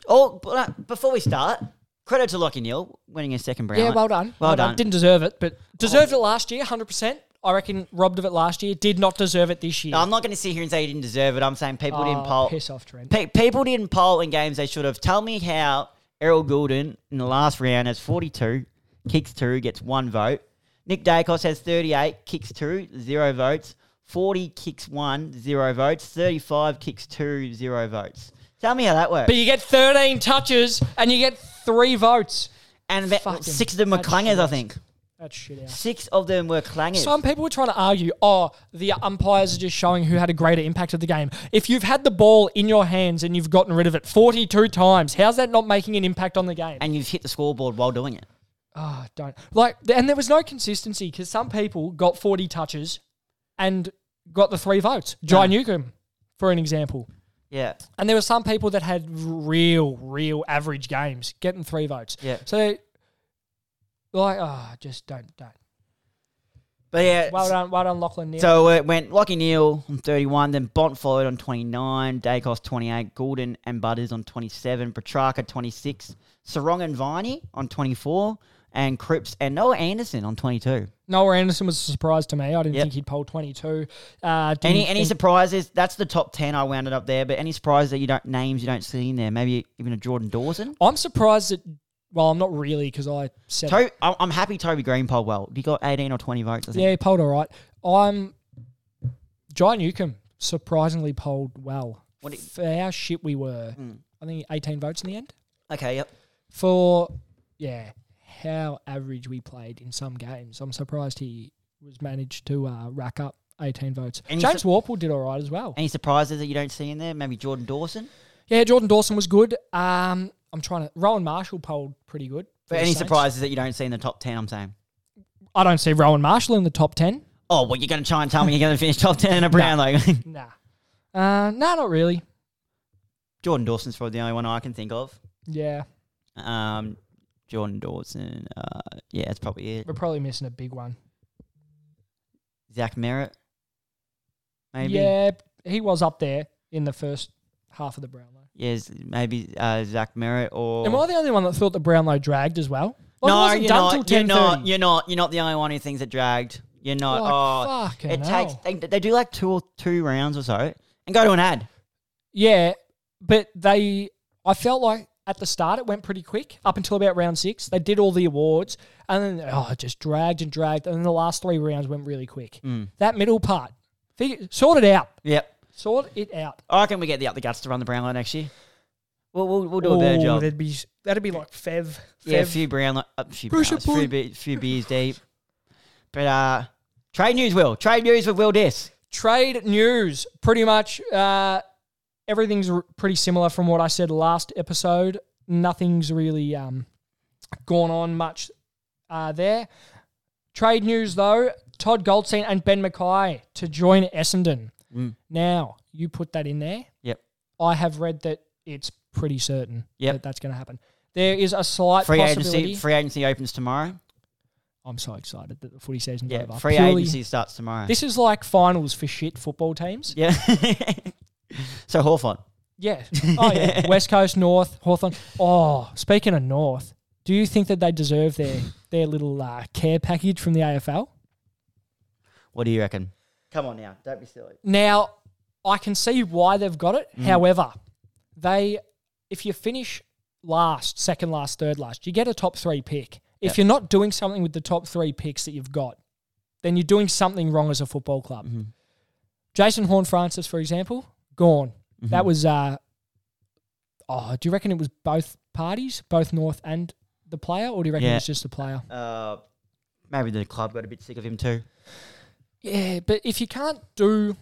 A: Oh, but, uh, before we start, credit to Lockie Neal winning his second brown.
B: Yeah, well done.
A: Well done.
B: Didn't deserve it, but deserved it last year, hundred percent. I reckon robbed of it last year. Did not deserve it this year.
A: I'm not going to sit here and say he didn't deserve it. I'm saying people
B: Oh,
A: didn't poll.
B: Piss off, Trent.
A: Pe- people didn't poll in games they should have. Tell me how Errol Goulden in the last round has 42, kicks two, gets one vote. Nick Dacos has 38, kicks two, zero votes. 40 kicks one, zero votes. 35 kicks two, zero votes. Tell me how that works.
B: But you get 13 touches and you get three votes.
A: and about
B: fucking-
A: six of them were
B: that's
A: clangers, I
B: shit.
A: think.
B: That's shit out.
A: Six of them were clangers.
B: Some people were trying to argue, oh, the umpires are just showing who had a greater impact of the game. If you've had the ball in your hands and you've gotten rid of it 42 times, how's that not making an impact on the game?
A: and you've hit the scoreboard while doing it.
B: Ah, don't. Like, th- and there was no consistency because some people got 40 touches and got the three votes. Jai Newcomb, for an example.
A: Yeah.
B: And there were some people that had real, real average games getting three votes.
A: Yeah.
B: So, like, ah, just don't, don't.
A: But yeah.
B: Well done, well done, Lachlan Neal.
A: So it went Lockie Neal on 31, then Bont followed on 29, Dacos 28, Goulden and Butters on 27, Petrarca 26, Sarong and Viney on 24, and Cripps and Noah Anderson on 22.
B: Noah Anderson was a surprise to me. I didn't
A: Yep.
B: think he'd poll 22. Uh, didn't
A: Any any
B: think-
A: surprises? That's the top 10 I wound it up there, but any surprises that you don't, names you don't see in there? Maybe even a Jordan Dawson?
B: I'm surprised that, well, I'm not really because I said,
A: To- I- I'm happy Toby Green polled well. He got 18 or 20 votes, I think.
B: yeah, he polled all right. I'm, Jai Newcomb surprisingly polled well.
A: What Mm. it-
B: For how shit we were. I think 18 votes in the end.
A: Okay, yep.
B: for yeah how average we played in some games. I'm surprised he was managed to uh, rack up 18 votes.
A: And he's
B: James Warple did all right as well.
A: Any surprises that you don't see in there? Maybe Jordan Dawson?
B: Yeah, Jordan Dawson was good. Um, I'm trying to Rowan Marshall polled pretty good.
A: But
B: for the
A: any
B: Saints.
A: surprises that you don't see in the top 10, I'm saying.
B: I don't see Rowan Marshall in the top 10.
A: Oh, well, you're going to try and tell me you're going to finish top 10 in a brown like
B: Nah. Uh, nah, not really.
A: Jordan Dawson's probably the only one I can think of.
B: Yeah,
A: Um, Jordan Dawson. Uh, yeah, that's probably it.
B: we're probably missing a big one.
A: Zach Merritt. Maybe.
B: Yeah, he was up there in the first half of the Brownlow.
A: Yes, maybe uh, Zach Merritt or.
B: Am I the only one that thought the Brownlow dragged as well? Like, it
A: no,
B: wasn't
A: you're
B: done till
A: not. You're not.
B: 10:30.
A: You're not. You're not the only one who thinks it dragged. You're not.
B: Like,
A: oh,
B: fucking
A: it
B: hell.
A: takes. They, they do like two or two rounds or so, and go to an ad.
B: Yeah, but they, I felt like at the start it went pretty quick up until about round six. They did all the awards and then, oh, it just dragged and dragged. And then the last three rounds went really quick. That middle part, figure, sort it out.
A: Mm. Yep.
B: Sort it out.
A: I reckon we get the up the guts to run the Brownlow next year. We'll we'll, we'll do a better
B: Ooh,
A: job.
B: That'd be, that'd be like Fev. Fev.
A: Yeah, a few Brownlow, a few,
B: Pressure
A: Brownlows, few,
B: point.
A: be, few beers deep. But uh, trade news, Will. Trade news with Will Dis.
B: Trade news. Pretty much uh, everything's r- pretty similar from what I said last episode. Nothing's really um, gone on much uh, there. Trade news, though Todd Goldstein and Ben Mackay to join Essendon. Now, you put that in there.
A: Mm. Yep.
B: I have read that it's pretty certain
A: Yep.
B: that that's going to happen. There is a slight
A: Free
B: possibility.
A: agency. Free agency opens tomorrow.
B: I'm so excited that the footy season's
A: Yeah.
B: over.
A: Free
B: Purely-
A: agency starts tomorrow.
B: This is like finals for shit football teams.
A: yeah. so Hawthorn.
B: Yeah. Oh yeah. West Coast North Hawthorn. Oh, speaking of North, do you think that they deserve their their little uh, care package from the AFL?
A: What do you reckon? Come on now. Don't be silly.
B: Now, I can see why they've got it. However, they if you finish last, second last, third last, you get a top 3 pick. If you're not doing something with the top 3 picks that you've got, then you're doing something wrong as a football club. Jason Horn Francis, for example, gone. That was uh oh, do you reckon it was both parties, both North and the player, or do you reckon
A: Yeah.
B: it was just the player?
A: Uh, maybe the club got a bit sick of him too.
B: Yeah, but if you can't do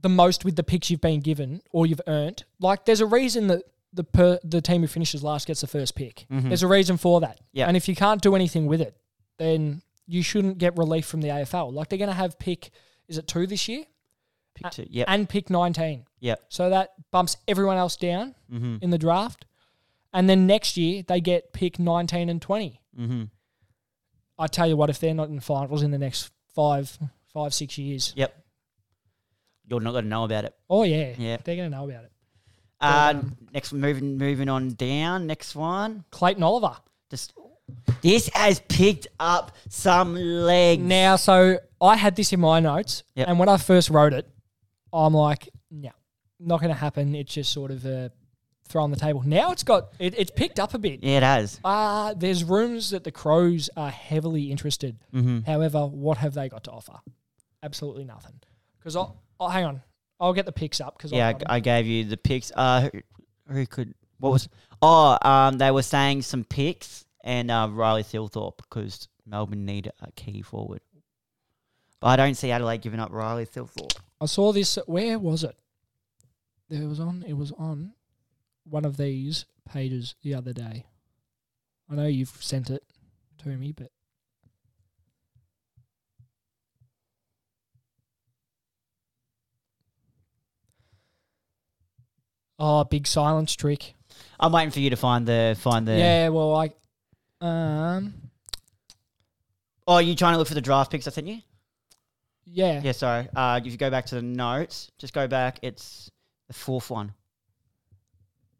B: the most with the picks you've been given or you've earned, like there's a reason that the per, the team who finishes last gets the first pick. There's a reason for that.
A: Mm-hmm. Yeah.
B: And if you can't do anything with it, then you shouldn't get relief from the AFL. Like they're going to have pick is it 2 this year
A: Pick two. Yep.
B: and pick 19.
A: Yep. Mm-hmm.
B: So that bumps everyone else down in the draft. And then next year they get pick 19 and 20.
A: Mm-hmm.
B: I tell you what, if they're not in finals in the next five, five, six years,
A: Yep. You're not going to know about it.
B: oh yeah,
A: Yeah.
B: they're going to know about it.
A: Uh, next, moving moving on down. Next one.
B: Clayton Oliver.
A: Just this has picked up some legs.
B: Now, so I had this in my notes,
A: Yep.
B: and when I first wrote it, I'm like, no, not going to happen. It's just sort of a throw on the table. Now it's got it, it's picked up a bit.
A: yeah, it has.
B: Uh, there's rumours that the Crows are heavily interested.
A: Mm-hmm.
B: However, what have they got to offer? Absolutely nothing. Because I, oh, hang on, I'll get the picks up. Because
A: Yeah, I, I gave you the picks. Uh, who, who could? What was? Oh, um, they were saying some picks and uh, Riley Silthorpe because Melbourne need a key forward. But I don't see Adelaide giving up Riley Silthorpe.
B: I saw this. Where was it? It was on. It was on one of these pages the other day. I know you've sent it to me, but oh, big silence trick.
A: I'm waiting for you to find the find the.
B: Yeah. Well, I um.
A: Oh, are you trying to look for the draft picks I sent you?
B: Yeah.
A: Yeah, sorry. Uh, if you go back to the notes, just go back. It's the fourth one.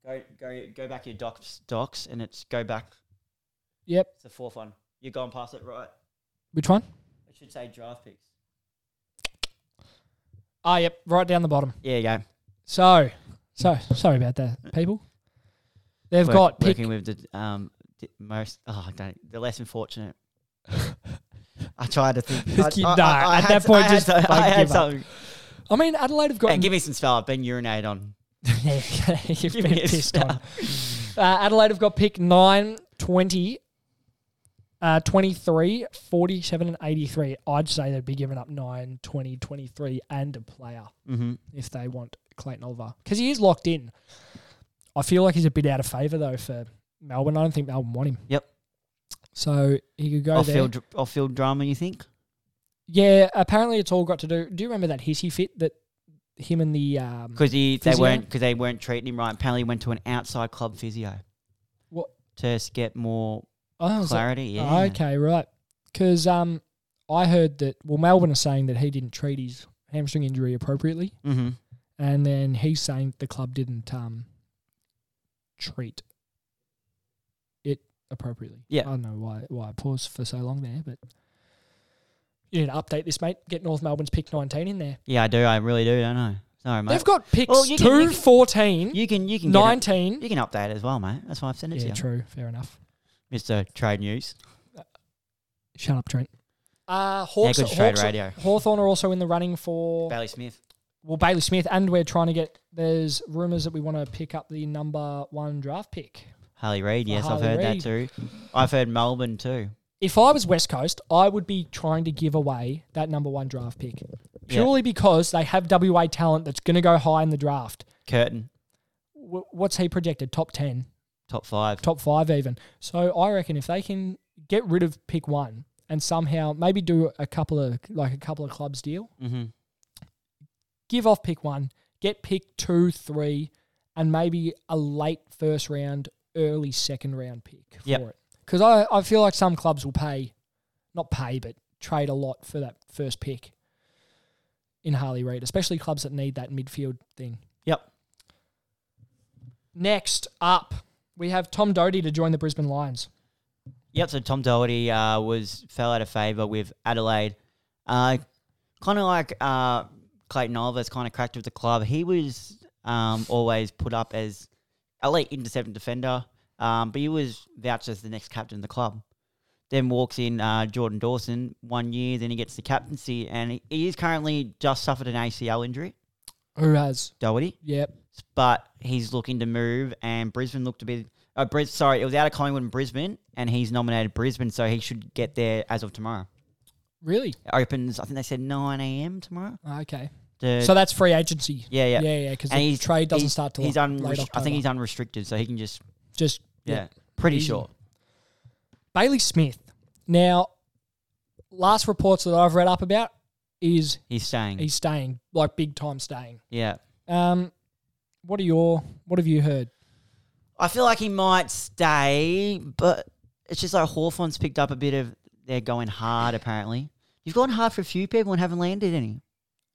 A: Go go go back to your docs docs, and it's go back.
B: Yep.
A: It's the fourth one. You're going past it, right?
B: Which one?
A: It should say draft picks.
B: Ah, yep. Right down the bottom.
A: Yeah, yeah.
B: So, so sorry about that, people. They've got pick.
A: working with the um di- most. Oh, I don't the less unfortunate. I tried to think.
B: Just
A: I-
B: keep-
A: I- I-
B: nah,
A: I
B: at
A: had
B: that
A: s-
B: point,
A: I had
B: just
A: so- I
B: fucking
A: had
B: give up.
A: something.
B: I mean, Adelaide have got.
A: Hey, give me some spell. I've been urinated on. give
B: You've been
A: me a
B: pissed
A: spell.
B: on. Uh, Adelaide have got pick 9, 20, uh, 23, 47, and 83. I'd say they'd be giving up 9, 20, 23, and a player
A: Mm-hmm.
B: if they want Clayton Oliver because he is locked in. I feel like he's a bit out of favour, though, for Melbourne. I don't think Melbourne want him.
A: Yep.
B: So he could go there.
A: Off-field, dr- off-field drama. You think?
B: Yeah, apparently it's all got to do. Do you remember that hissy fit that him and the um,
A: Because they
B: Physio?
A: weren't because they weren't treating him right. Apparently, he went to an outside club physio.
B: What?
A: To s- get more
B: oh, is that-
A: clarity. yeah.
B: Okay, right. Because um, I heard that well, Melbourne are saying that he didn't treat his hamstring injury appropriately,
A: Mm-hmm.
B: and then he's saying the club didn't um, treat it appropriately.
A: Yeah.
B: I don't know why why I paused for so long there, but you need to update this, mate. Get North Melbourne's pick 19 in there.
A: Yeah, I do. I really do. Don't know. Sorry, mate.
B: They've got picks
A: Well, you can- you
B: two,
A: can-
B: 14,
A: you can you can get it-
B: 19.
A: you can update it as well, mate. That's why I've sent it
B: Yeah,
A: to
B: true. Fair enough.
A: you, Mr. Trade News.
B: Shut up, Trent. Uh,
A: Yeah,
B: Hawks,
A: good trade
B: Hawks-
A: radio.
B: Hawthorn are also in the running for
A: Bailey Smith.
B: well Bailey Smith, and we're trying to get. There's rumours that we want to pick up the number one draft pick.
A: Harley Reid.
B: For
A: Yes,
B: Harley
A: I've heard
B: Reid.
A: that too. I've heard Melbourne too.
B: If I was West Coast, I would be trying to give away that number one draft pick purely because they have WA talent that's going to go high in the draft.
A: Curtin,
B: W- what's he projected? Top ten,
A: top five.
B: top five, even. So I reckon if they can get rid of pick one and somehow maybe do a couple of like a couple of clubs deal,
A: Mm-hmm.
B: give off pick one, get pick two, three, and maybe a late first round, early second round pick
A: Yep.
B: for it. Because I, I feel like some clubs will pay, not pay, but trade a lot for that first pick in Harley Reid, especially clubs that need that midfield thing.
A: Yep.
B: Next up, we have Tom Doty to join the Brisbane Lions.
A: Yep. So Tom Doherty uh, was fell out of favour with Adelaide. Uh, kind of like uh, Clayton Oliver's kind of cracked with the club. He was um, always put up as elite intercept defender, um, but he was vouched as the next captain of the club. Then walks in uh, Jordan Dawson one year, then he gets the captaincy, and he, he is currently just suffered an ACL injury,
B: Who has?
A: Doherty.
B: Yep.
A: but he's looking to move, and Brisbane looked to be. Uh, Bris, sorry, it was out of Collingwood and Brisbane, and he's nominated Brisbane, so he should get there as of tomorrow.
B: Really?
A: It opens, I think they said 9 a.m. tomorrow.
B: Okay.
A: The-
B: So that's free agency.
A: yeah, yeah.
B: Yeah, yeah, because
A: And
B: the
A: he's-
B: trade doesn't
A: he's-
B: start till
A: he's
B: like
A: unrestri-
B: late
A: I
B: October.
A: think he's unrestricted, so he can just.
B: just
A: Yeah.
B: yeah.
A: Pretty
B: Easy.
A: sure.
B: Bailey Smith. Now, last reports that I've read up about is
A: He's staying.
B: he's staying, like big time staying.
A: yeah.
B: Um, what are your what have you heard?
A: I feel like he might stay, but it's just like Hawthorn's picked up a bit of. They're going hard, apparently. You've gone hard for a few people and haven't landed any.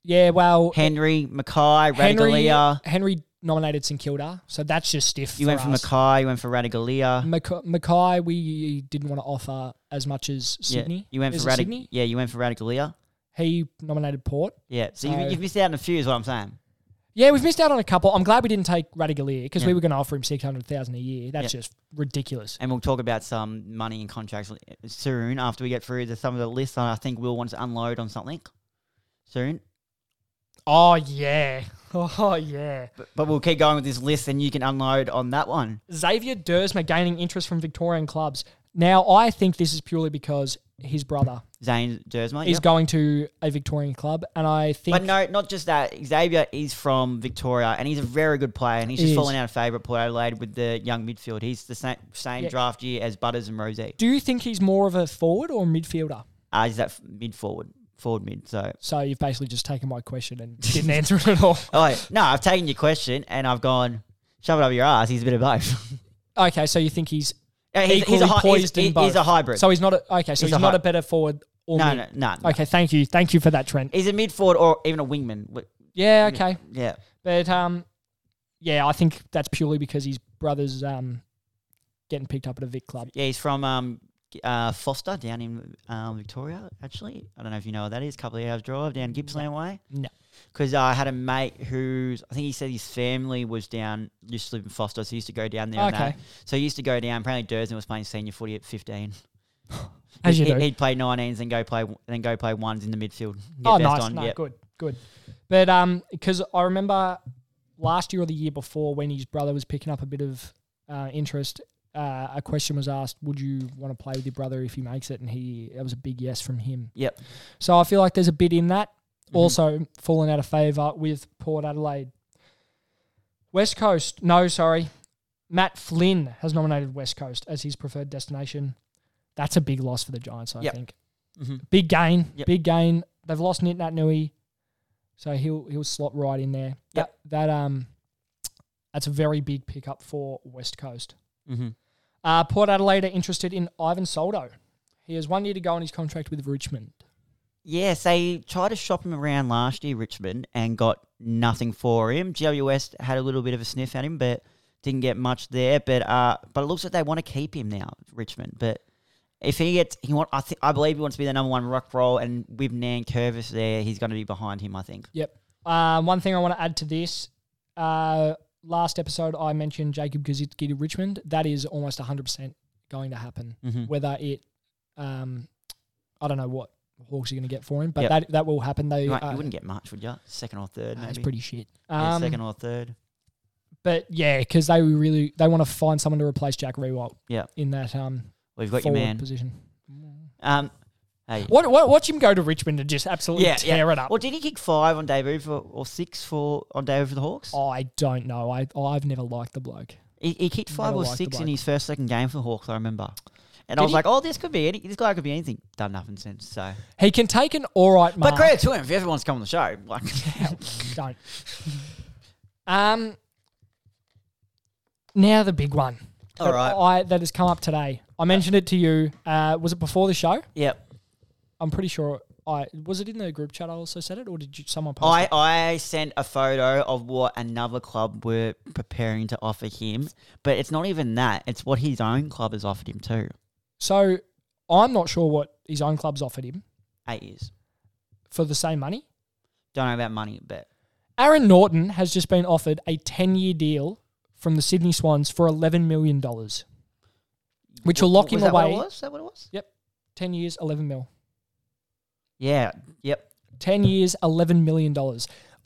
B: Yeah, well,
A: Henry, Mackay,
B: Henry
A: Radigalia.
B: Henry nominated St Kilda, so that's just stiff.
A: You
B: for
A: went for
B: us.
A: Mackay, you went for Radigalia.
B: Mac- Mackay, we didn't want to offer as much as Sydney.
A: Yeah, you went
B: Is
A: for
B: it
A: Radic-
B: Sydney.
A: Yeah, you went for Radicalia.
B: He nominated Port.
A: Yeah, so,
B: So-
A: you've, you've missed out on a few, is what I'm saying.
B: Yeah, we've missed out on a couple. I'm glad we didn't take Radagalier because
A: Yeah.
B: we were going to offer him six hundred thousand a year. That's
A: Yeah.
B: just ridiculous.
A: And we'll talk about some money and contracts l- soon after we get through the, some of the lists. And I think Will wants to unload on something soon.
B: Oh yeah, oh yeah.
A: But, but we'll keep going with this list, and you can unload on that one.
B: Xavier Dersma gaining interest from Victorian clubs. Now, I think this is purely because his brother
A: Zane Dersma.
B: is going to a Victorian club, and I think
A: But no, not just that. Xavier is from Victoria, and he's a very good player, and he's
B: He
A: just
B: is.
A: fallen out of favour at Port Adelaide with the young midfield. He's the same, same
B: Yeah.
A: draft year as Butters and Rosé.
B: do you think he's more of a forward or midfielder?
A: Uh, he's that f- mid forward, forward mid. So
B: So you've basically just taken my question and didn't answer it at all.
A: Oh, wait, no, I've taken your question and I've gone, shove it up your ass. He's a bit of both.
B: Okay, so you think he's
A: Yeah, he's,
B: equally
A: he's a hy-
B: poised
A: he's,
B: in both?
A: He's a hybrid.
B: So he's not a, okay. So
A: He's
B: he's,
A: a
B: not
A: hy-
B: a better forward or
A: no,
B: mid.
A: no, no, no.
B: Okay, thank you, thank you for that, Trent.
A: He's a mid forward or even a wingman. Wi-
B: Yeah, okay,
A: Yeah.
B: but um, yeah, I think that's purely because his brother's um getting picked up at a Vic club.
A: Yeah, he's from um, uh, Foster down in um, Victoria, actually. I don't know if you know what that is. A couple of hours drive down Gippsland Way.
B: No.
A: Because I had a mate who's, I think he said his family was down, used to live in Foster, so he used to go down there. and
B: Okay.
A: that. So he used to go down. Apparently, Dursden was playing senior footy at 15.
B: As you
A: he,
B: do.
A: He'd play 19s and go play then go play ones in the midfield. Get
B: oh,
A: best
B: nice.
A: on,
B: No,
A: yep.
B: good, good. But um, because I remember last year or the year before when his brother was picking up a bit of uh, interest, uh, a question was asked, "Would you want to play with your brother if he makes it?" And he, that was a big yes from him.
A: Yep.
B: So I feel like there's a bit in that.
A: Mhm.
B: Also falling out of favour with Port Adelaide. West Coast, no, sorry. Matt Flynn has nominated West Coast as his preferred destination. That's a big loss for the Giants, I
A: Yep.
B: think.
A: Mhm.
B: Big gain,
A: Yep.
B: big gain. They've lost Nit Nat Nui, so he'll he'll slot right in there.
A: Yep.
B: That that um, that's a very big pickup for West Coast.
A: Mm-hmm.
B: Uh, Port Adelaide are interested in Ivan Soldo. He has one year to go on his contract with Richmond.
A: yes, they tried to shop him around last year, Richmond, and got nothing for him. GWS had a little bit of a sniff at him, but didn't get much there. But uh, but it looks like they want to keep him now, Richmond. But if he gets, he want, I think I believe he wants to be the number one rock roll, and with Nan Curvis there, he's going to be behind him. I think.
B: Yep. Um, one thing I want to add to this. Uh, last episode, I mentioned Jacob Kaczynski to Richmond. That is almost 100% going to happen.
A: Mhm.
B: Whether it, um, I don't know what Hawks are going to get for him, but
A: Yep.
B: that that will happen. They,
A: You, won't-
B: uh,
A: you wouldn't get much, would you? Second or third,
B: uh, it's
A: maybe.
B: pretty shit.
A: yeah,
B: Um,
A: second or third.
B: but yeah, because they really they want to find someone to replace Jack Rewalt.
A: Yep.
B: In that um
A: We've got your
B: forward
A: man.
B: position.
A: Um, hey.
B: What, what watch him go to Richmond and just absolutely
A: Yeah, yeah.
B: tear it up.
A: Well, did he kick five on debut for, or six for on debut for the Hawks?
B: I don't know. I I've never liked the bloke.
A: He, he kicked
B: Never
A: five or
B: liked the
A: six in
B: bloke.
A: his first second game for the Hawks, I remember. And
B: Did
A: I was
B: he?
A: like, oh, this could be any, this guy could be anything. Done nothing since. So,
B: He can take an all right mark.
A: but credit to him if everyone's come on the show. Like,
B: don't. um. Now the big one.
A: all
B: that
A: right,
B: I that has come up today. I mentioned it to you. Uh, was it before the show?
A: yep.
B: I'm pretty sure. I was it in the group chat. I also said it, or did you, someone post?
A: I, I sent a photo of what another club were preparing to offer him, but it's not even that. It's what his own club has offered him too.
B: So I'm not sure what his own club's offered him
A: Eight years.
B: for the same money.
A: Don't know about money, but
B: Aaron Norton has just been offered a 10 year deal from the Sydney Swans for $11 million. Which will lock
A: was
B: him
A: that What it
B: away.
A: was? Is that what it was?
B: 10 years, 11 mil.
A: Yeah. Yep.
B: 10 years, $11 million.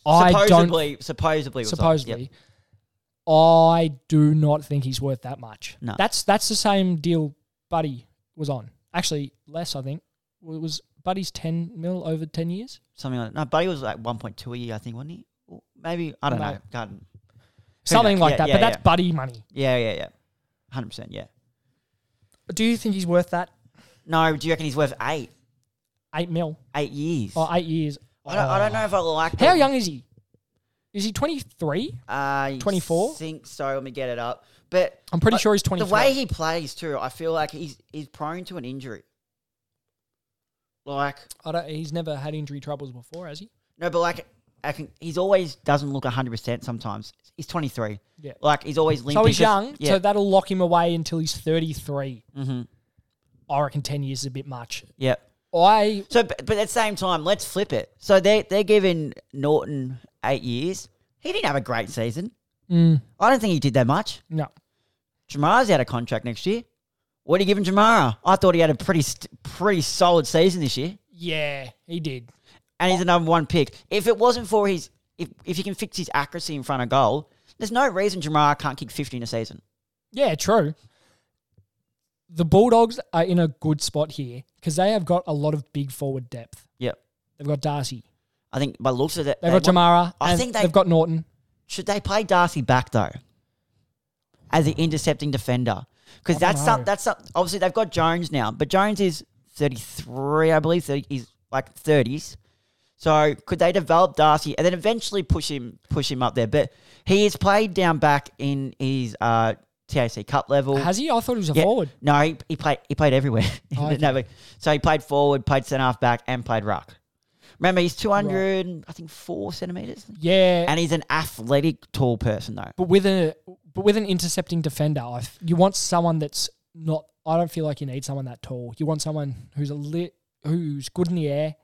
B: I don't.
A: supposedly, supposedly, it was like-
B: Supposedly.
A: yep.
B: I do not think he's worth that much.
A: No.
B: That's that's the same deal Buddy was on. Actually, less, I think. Well, It was Buddy's 10 mil over 10 years.
A: something like that. No, Buddy was like 1.2 a year, I think, wasn't he? Or Maybe, I don't
B: No.
A: know. Can't-
B: Something
A: knows?
B: like
A: Yeah,
B: that.
A: yeah,
B: but that's
A: yeah.
B: Buddy money.
A: Yeah, yeah, yeah. 100%, yeah.
B: Do you think he's worth that?
A: No, do you reckon he's worth eight?
B: 8 mil
A: Eight years?
B: or 8 years?
A: I, don't, I don't know if I like
B: Oh, How
A: it.
B: young is he? Is he 23?
A: I
B: 24?
A: Uh, think so. Let me get it up. But
B: I'm pretty
A: like,
B: sure he's
A: the
B: 23.
A: way he plays, too, I feel like he's, he's prone to an injury. Like,
B: I don't, he's never had injury troubles before, has he?
A: no, but like, I can, he's always doesn't look 100% sometimes. He's 23.
B: Yeah.
A: Like, he's always limping.
B: so he's young,
A: Yeah.
B: so that'll lock him away until he's 33.
A: mm-hmm.
B: I reckon 10 years is a bit much.
A: Yep.
B: I
A: So, but but at the same time, let's flip it. So they they're giving Norton eight years. He didn't have a great season.
B: mm,
A: I don't think he did that much.
B: no.
A: Jamara's out of contract next year. What are you giving Jamara? I thought he had a pretty st- pretty solid season this year,
B: Yeah, he did.
A: and he's the number one pick. If it wasn't for his if if he can fix his accuracy in front of goal, there's no reason Jamara can't kick fifty in a season.
B: Yeah, true. The Bulldogs are in a good spot here because they have got a lot of big forward depth.
A: Yep.
B: They've got Darcy.
A: I think by the looks of it,
B: They've
A: they
B: got
A: want-
B: Jamara.
A: I
B: and
A: think they-
B: have got Norton.
A: Should they play Darcy back though, as an intercepting defender? Because
B: I don't
A: that's some,
B: know.
A: that's some, obviously they've got Jones now, but Jones is thirty three, I believe. 30, he's like thirties. So could they develop Darcy and then eventually push him push him up there? But he is played down back in his uh, TAC Cup level.
B: Has he? I thought he was a
A: Yeah.
B: forward.
A: No, he, he played he played everywhere.
B: Oh, okay.
A: no, but, so he played forward, played centre half back, and played ruck. Remember, he's two hundred, I think, four centimeters,
B: Yeah.
A: and he's an athletic, tall person though.
B: But with a but with an intercepting defender, I f you want someone that's not. I don't feel like you need someone that tall. You want someone who's a lit, who's good in the air,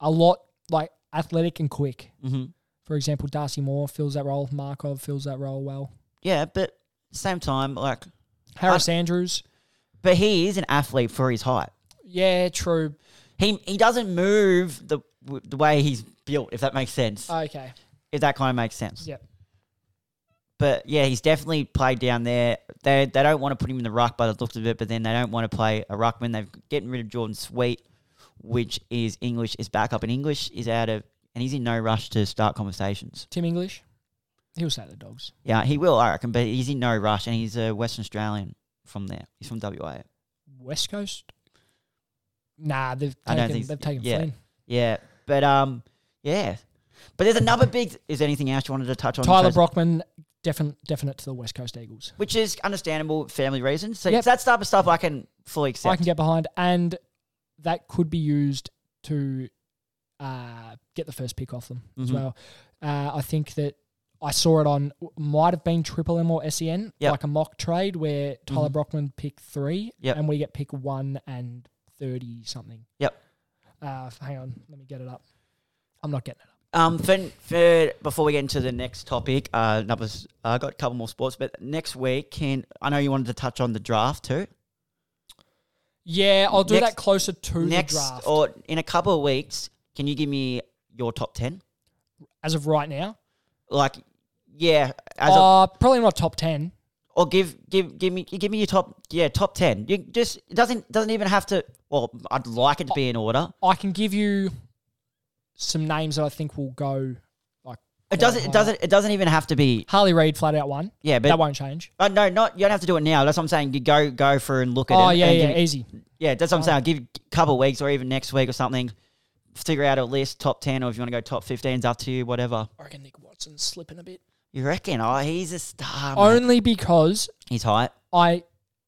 B: a lot like athletic and quick.
A: Mm-hmm.
B: For example, Darcy Moore fills that role. Markov fills that role well.
A: Yeah, but same time, like,
B: Harris Andrews,
A: but he is an athlete for his height.
B: yeah, true.
A: He he doesn't move the w- the way he's built, if that makes sense.
B: Okay,
A: if that kind of makes sense.
B: yep.
A: But yeah, he's definitely played down there. They they don't want to put him in the ruck by the looks of it, but then they don't want to play a ruckman. They're getting rid of Jordan Sweet, which is English, is back up in English, is out of, and he's in no rush to start conversations.
B: Tim English, he'll say the dogs.
A: Yeah, he will, I reckon, but he's in no rush, and he's a Western Australian from there. He's from WA.
B: West Coast. Nah, they've
A: I don't
B: taken,
A: think-
B: they've taken
A: yeah.
B: Flynn.
A: Yeah, but um, yeah. But there's another big. Is there anything else you wanted to touch on?
B: Tyler
A: Chase?
B: Brockman, definite definite to the West Coast Eagles.
A: which is understandable, family reasons. So
B: Yep.
A: that type of stuff I can fully accept.
B: I can get behind, and that could be used to uh, get the first pick off them as
A: Mhm.
B: well. Uh, I think that I saw it on might have been Triple M or SEN,
A: Yep. Mm-hmm.
B: like a mock trade where Tyler Brockman picked three,
A: Yep.
B: and we get pick one and thirty something.
A: Yep.
B: Uh, hang on, let me get it up. I'm not getting it up.
A: Um, for, for before we get into the next topic, uh, another s- I got a couple more sports, but next week can I know you wanted to touch on the draft too.
B: Yeah, I'll do
A: Next-
B: that closer to
A: next
B: the draft.
A: or in a couple of weeks, can you give me your top ten?
B: as of right now,
A: Like, yeah, as a,
B: uh, probably not top ten.
A: or give give give me give me your top yeah top ten. You just it doesn't doesn't even have to. Well, I'd like it to be in order.
B: I can give you some names that I think will go like
A: It doesn't it doesn't it doesn't even have to be
B: Harley Reid flat out one.
A: yeah.
B: that
A: But
B: won't change.
A: uh, no, not you don't have to do it now. That's what I'm saying. You go go through and look at
B: Oh
A: it.
B: yeah,
A: and give
B: yeah,
A: me-
B: easy.
A: Yeah, that's what I'm saying. I'll give you a couple of weeks or even next week or something. Figure out a list, top 10, or if you want to go top 15s, up to you, whatever.
B: I reckon Nick Watson's slipping a bit.
A: You reckon? Oh, he's a star. mate.
B: Only because
A: He's height.
B: I,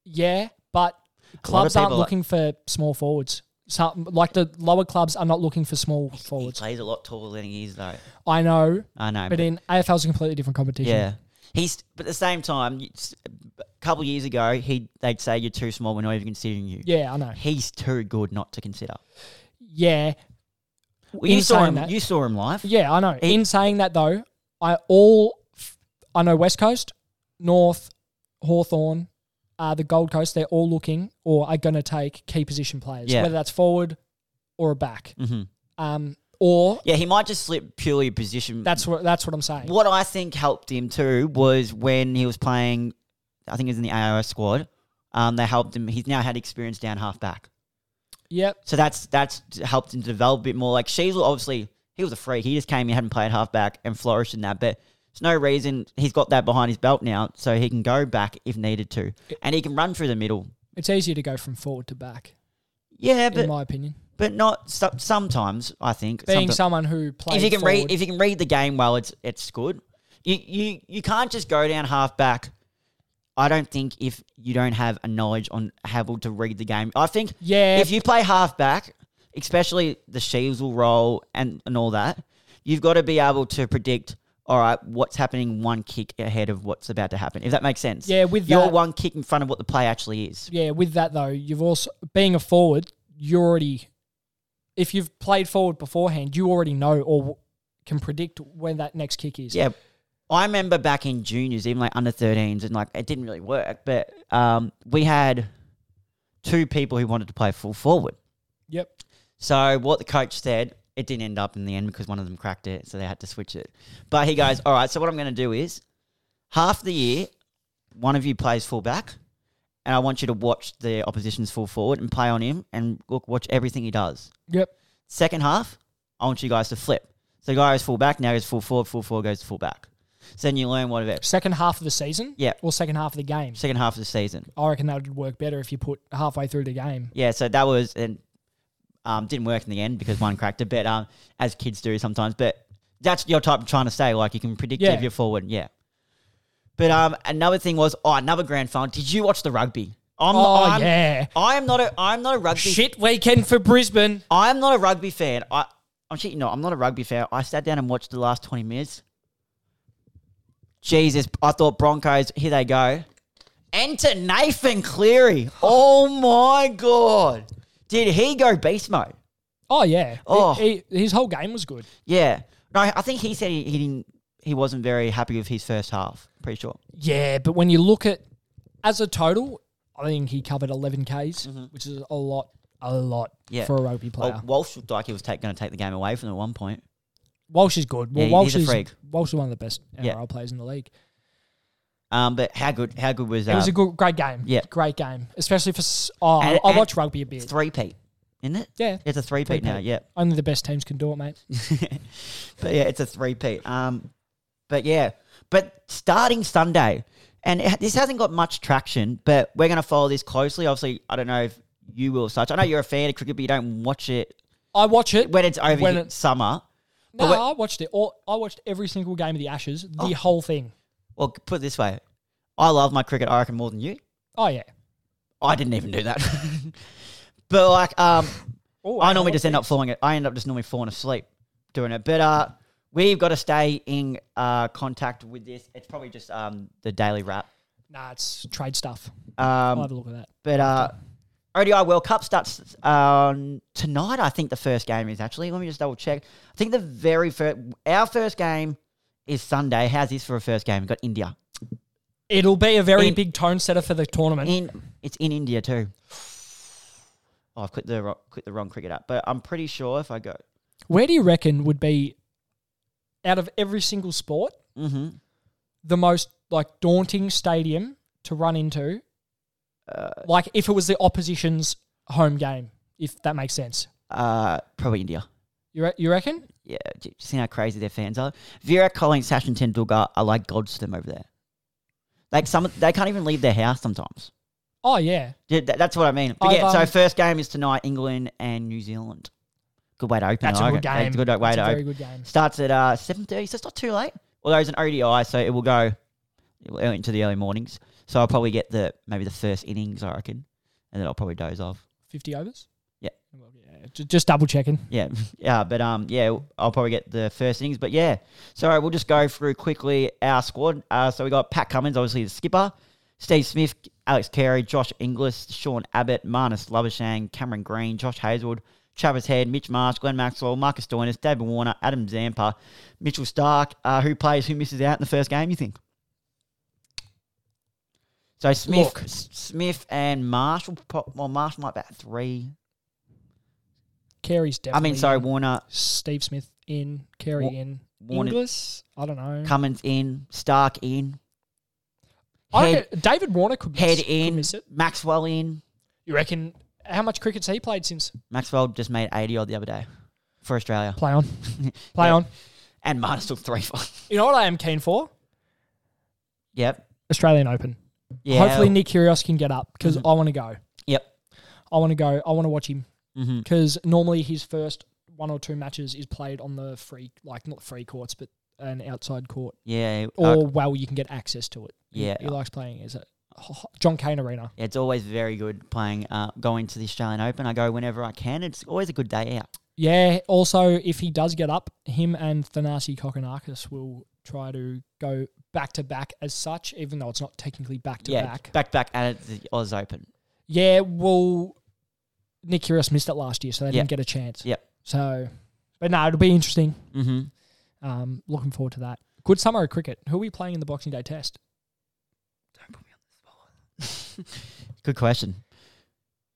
B: yeah, but clubs aren't
A: people are-
B: looking for small forwards. So, like the lower clubs are not looking for small
A: He
B: forwards.
A: plays a lot taller than he is, though.
B: I know,
A: I know.
B: but in AFL's a completely different competition.
A: yeah. He's, but at the same time, you- s- a couple years ago, he they'd say you're too small. We're not even considering you.
B: yeah, I know.
A: He's too good not to consider.
B: Yeah,
A: Well, you
B: In
A: saw
B: saying
A: him.
B: that-
A: You saw him live.
B: Yeah, I know.
A: He-
B: In saying that though, I all I know West Coast, North, Hawthorn, uh, the Gold Coast, they're all looking or are going to take key position players,
A: Yeah.
B: whether that's forward or a back.
A: hmm
B: Um, or
A: Yeah, he might just slip purely position.
B: that's what that's what I'm saying.
A: What I think helped him too was when he was playing, I think he was in the AIO squad. Um, they helped him. He's now had experience down half back,
B: Yep.
A: so that's that's helped him develop a bit more. Like Sheasel, obviously, he was a freak. He just came in, hadn't played half back, and flourished in that. But there's no reason he's got that behind his belt now, so he can go back if needed to, and he can run through the middle.
B: It's easier to go from forward to back,
A: Yeah,
B: in
A: but
B: my opinion.
A: but not so, sometimes. I think
B: Being
A: Someti-
B: someone who plays
A: if you can
B: forward,
A: read if you can read the game well, it's it's good. You you you can't just go down half back. I don't think if you don't have a knowledge on how to read the game. I think
B: yeah,
A: if you play half back, especially the sheaves will roll and, and all that, you've got to be able to predict all right, what's happening one kick ahead of what's about to happen. If that makes sense.
B: Yeah, with
A: You're
B: that-
A: one kick in front of what the play actually is.
B: yeah, with that though, you've also being a forward, you already if you've played forward beforehand, you already know or w- can predict when that next kick is.
A: Yeah. I remember back in juniors, even like under 13s, and like it didn't really work, but um, we had two people who wanted to play full forward.
B: Yep.
A: So what the coach said, it didn't end up in the end because one of them cracked it, so they had to switch it. But he goes, "All right, so what I'm going to do is half the year, one of you plays full back, and I want you to watch the opposition's full forward and play on him and look watch everything he does.
B: Yep.
A: Second half, I want you guys to flip. So the guy goes full back, now goes full forward, full forward goes to full back. So then you learn what of it.
B: Second half of the season.
A: Yeah.
B: Or second half of the game.
A: Second half of the season.
B: I reckon that would work better if you put halfway through the game.
A: Yeah, so that was and um, didn't work in the end because one cracked it, but um, as kids do sometimes. But that's your type of trying to say, like you can predict
B: Yeah.
A: if you're forward. Yeah. But um, another thing was oh, another grand final. Did you watch the rugby? I'm,
B: Oh
A: I'm-
B: yeah.
A: I am not a I'm not a rugby
B: Shit weekend for Brisbane.
A: I am not a rugby fan. I I'm shitting no, I'm not a rugby fan. I sat down and watched the last twenty minutes. Jesus, I thought Broncos. Here they go. Enter Nathan Cleary. Oh my god, did he go beast mode?
B: Oh yeah.
A: Oh.
B: He- he- his whole game was good. Mm-hmm. Oh.
A: Um, uh,
B: oh,
A: Um, Oh.
B: Oh,
A: um,
B: Oh,
A: I normally just end up falling. I end up just normally falling asleep doing it. But uh, we've got to stay in uh, contact with this. It's probably just um, the daily wrap.
B: Nah, it's trade stuff. I'll
A: Um,
B: have a look at that.
A: but uh, ODI World Cup starts um, tonight. I think the first game is actually. Let me just double check. I think the very first our first game is Sunday. How's this for a first game? We've got India.
B: It'll be a very
A: In- Mm.
B: big tone setter for the tournament.
A: In it's in India too. Oh, I've clicked the ro- clicked the wrong cricket app, but I'm pretty sure if I go,
B: Where do you reckon would be, out of every single sport,
A: mm-hmm.
B: the most like daunting stadium to run into?
A: Uh,
B: Like if it was the opposition's home game, if that makes sense.
A: uh, probably India.
B: You re- you reckon?
A: yeah, j- just seeing how crazy their fans are. Virat Kohli, Sachin Tendulkar are like gods to them over there. Like some, they can't even leave their house sometimes.
B: Oh yeah,
A: Yeah, tha- that's what I mean. But
B: I've,
A: yeah, so
B: um,
A: first game is tonight, England and New Zealand. Good way to open.
B: that's
A: it, I
B: a good
A: reckon. That's
B: game.
A: a good way
B: That's
A: to
B: a very
A: open.
B: good game.
A: Starts at uh, seven thirty, so it's not too late. Although it's an ODI, so it will go it will early into the early mornings. So I'll probably get the maybe the first innings, I reckon, and then I'll probably doze off.
B: Fifty overs.
A: Yeah.
B: Well, yeah. ju- Just double checking.
A: Yeah, yeah, but um, yeah, I'll probably get the first innings, but yeah. So we'll just go through quickly our squad. Uh, so we got Pat Cummins, obviously the skipper, Steve Smith, Alex Carey, Josh Inglis, Sean Abbott, Marnus Lubbershang, Cameron Green, Josh Hazelwood, Travis Head, Mitch Marsh, Glenn Maxwell, Marcus Doinis, David Warner, Adam Zampa, Mitchell Stark. Uh, who plays? Who misses out in the first game? You think? So Smith,
B: Look.
A: S- Smith and Marsh. Will pro- well, Marsh might bat three.
B: Carey's
A: I
B: definitely.
A: mean, sorry,
B: in.
A: Warner.
B: Steve Smith in. Carey
A: Wa-
B: in.
A: Warner-
B: Inglis. I don't know.
A: Mm. Cummins in, Stark in,
B: I
A: Head,
B: reckon David Warner could miss,
A: head
B: could
A: in,
B: miss it.
A: Maxwell in.
B: You reckon? How much cricket's he played since?
A: Maxwell just made 80 odd the other day for Australia.
B: Play on. Play
A: Yeah.
B: on.
A: And Marnus took three for.
B: You know what I am keen for?
A: yep.
B: Australian Open.
A: Yeah. Mm-hmm.
B: Hopefully Nick Kyrgios can get up because I want to go.
A: Yep.
B: I want to go. I want to watch him
A: Mhm.
B: because normally his first one or two matches is played on the free, like not free courts, but an outside court
A: Yeah.
B: or
A: uh,
B: well, you can get access to it. He-
A: Yeah.
B: he, likes playing. Is it oh, John Cain Arena?
A: it's always very good playing, uh, going to the Australian Open. I go whenever I can. It's always a good day out.
B: Yeah. Also, if he does get up, him and Thanasi Kokonakis will try to go back to back as such, even though it's not technically back to
A: yeah.
B: back.
A: Back, back, and it's the Oz Open.
B: Yeah, well, Nick Kyrgios missed it last year, so they
A: Yeah.
B: didn't get a chance.
A: Yep.
B: So, but no, it'll be interesting.
A: Mm-hmm.
B: Um, looking forward to that. Good summer of cricket. Who are we playing in the Boxing Day Test?
A: Good question.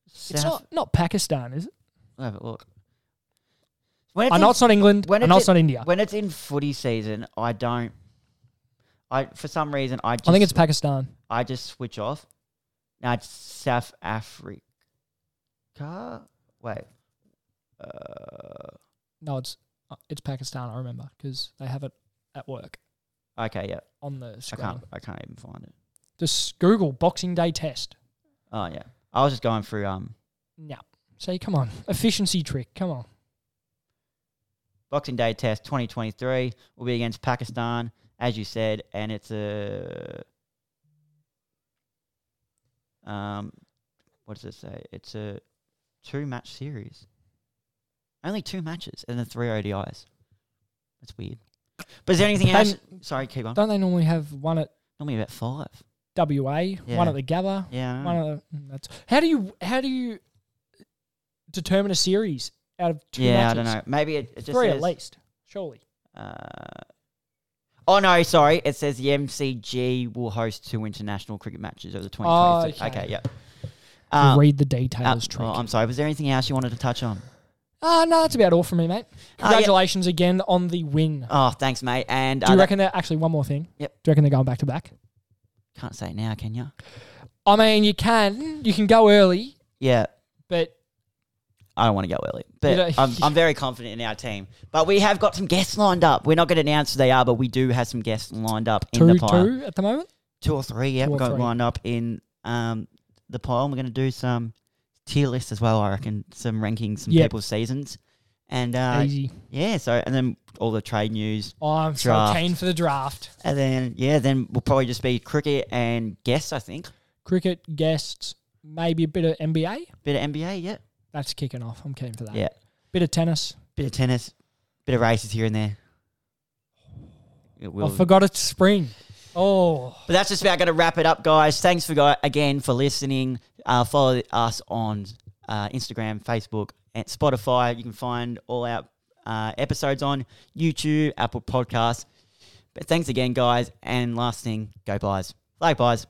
B: It's
A: South-
B: not not Pakistan, is it?
A: I'll have a look. When it's
B: I
A: in-
B: know it's not England.
A: when
B: I
A: it's
B: know
A: in-
B: it's not India.
A: when it's in footy season, I don't. I for some reason I just
B: I think it's Pakistan.
A: I just switch off. Now it's South Africa. Wait. Uh,
B: No, it's uh, it's Pakistan. I remember because they have it at work
A: okay, yeah.
B: on the
A: I
B: screen.
A: can't. I can't even find it.
B: Just Google Boxing Day Test.
A: Oh yeah. I was just going through. Um,
B: No, say come on, efficiency trick. Come on.
A: Boxing Day Test 2023 will be against Pakistan, as you said, and it's a. Um, what does it say? It's a two match series. Only two matches and then three ODIs. That's weird. But is there anything else? Sorry, keep on.
B: Don't they normally have one at
A: Normally about five.
B: WA,
A: Yeah.
B: one at the Gabba,
A: Yeah. I
B: one
A: know.
B: of the, mm, that's how do you how do you determine a series out of two
A: yeah, I
B: matches?
A: don't know. Maybe it, it just
B: Three
A: says,
B: at least, surely.
A: Uh, oh no, sorry. It says the MCG will host two international cricket matches over the 2023.
B: Oh,
A: okay.
B: okay.
A: yeah. Um,
B: Read the
A: uh,
B: details,
A: oh,
B: trick.
A: I'm sorry. Was there anything else you wanted to touch on?
B: Ah, no, that's about all from me, mate.
A: Uh, yeah.
B: Congratulations again on the win.
A: Oh, thanks, mate. And
B: do
A: uh,
B: you
A: that-
B: reckon they're actually one more thing?
A: Yep.
B: Do you reckon they're going back to back?
A: can't say it now, can you?
B: I mean, you can, you can go early,
A: Yeah.
B: but
A: I don't want to go early,
B: You
A: but
B: don't-
A: I'm, I'm very confident in our team. But we have got some guests lined up. We're not going to announce who they are, but we do have some guests lined up in
B: two
A: the pile.
B: two at the moment.
A: two or three. Yeah,
B: Two
A: we've
B: or
A: got
B: three.
A: lined up in um, the pile. And we're going to do some tier lists as well. I reckon some rankings, some
B: Yep.
A: people's seasons, and uh,
B: Easy.
A: yeah. So and then all the trade news,
B: Oh, I'm
A: draft.
B: so keen for the draft.
A: and then yeah, then we'll probably just be cricket and guests. I think
B: Cricket guests, maybe a bit of NBA.
A: bit of NBA. Yeah,
B: That's kicking off. I'm keen for that.
A: Yeah.
B: Bit of tennis.
A: Bit of tennis, bit of races here and there. It will-
B: I forgot it's spring. Oh,
A: But that's just about going to wrap it up, guys. Thanks for go- again for listening. Uh, follow us on uh, Instagram, Facebook, and Spotify. You can find all our uh, episodes on YouTube, Apple Podcasts. But thanks again, guys. And last thing, go buys. Flag buys.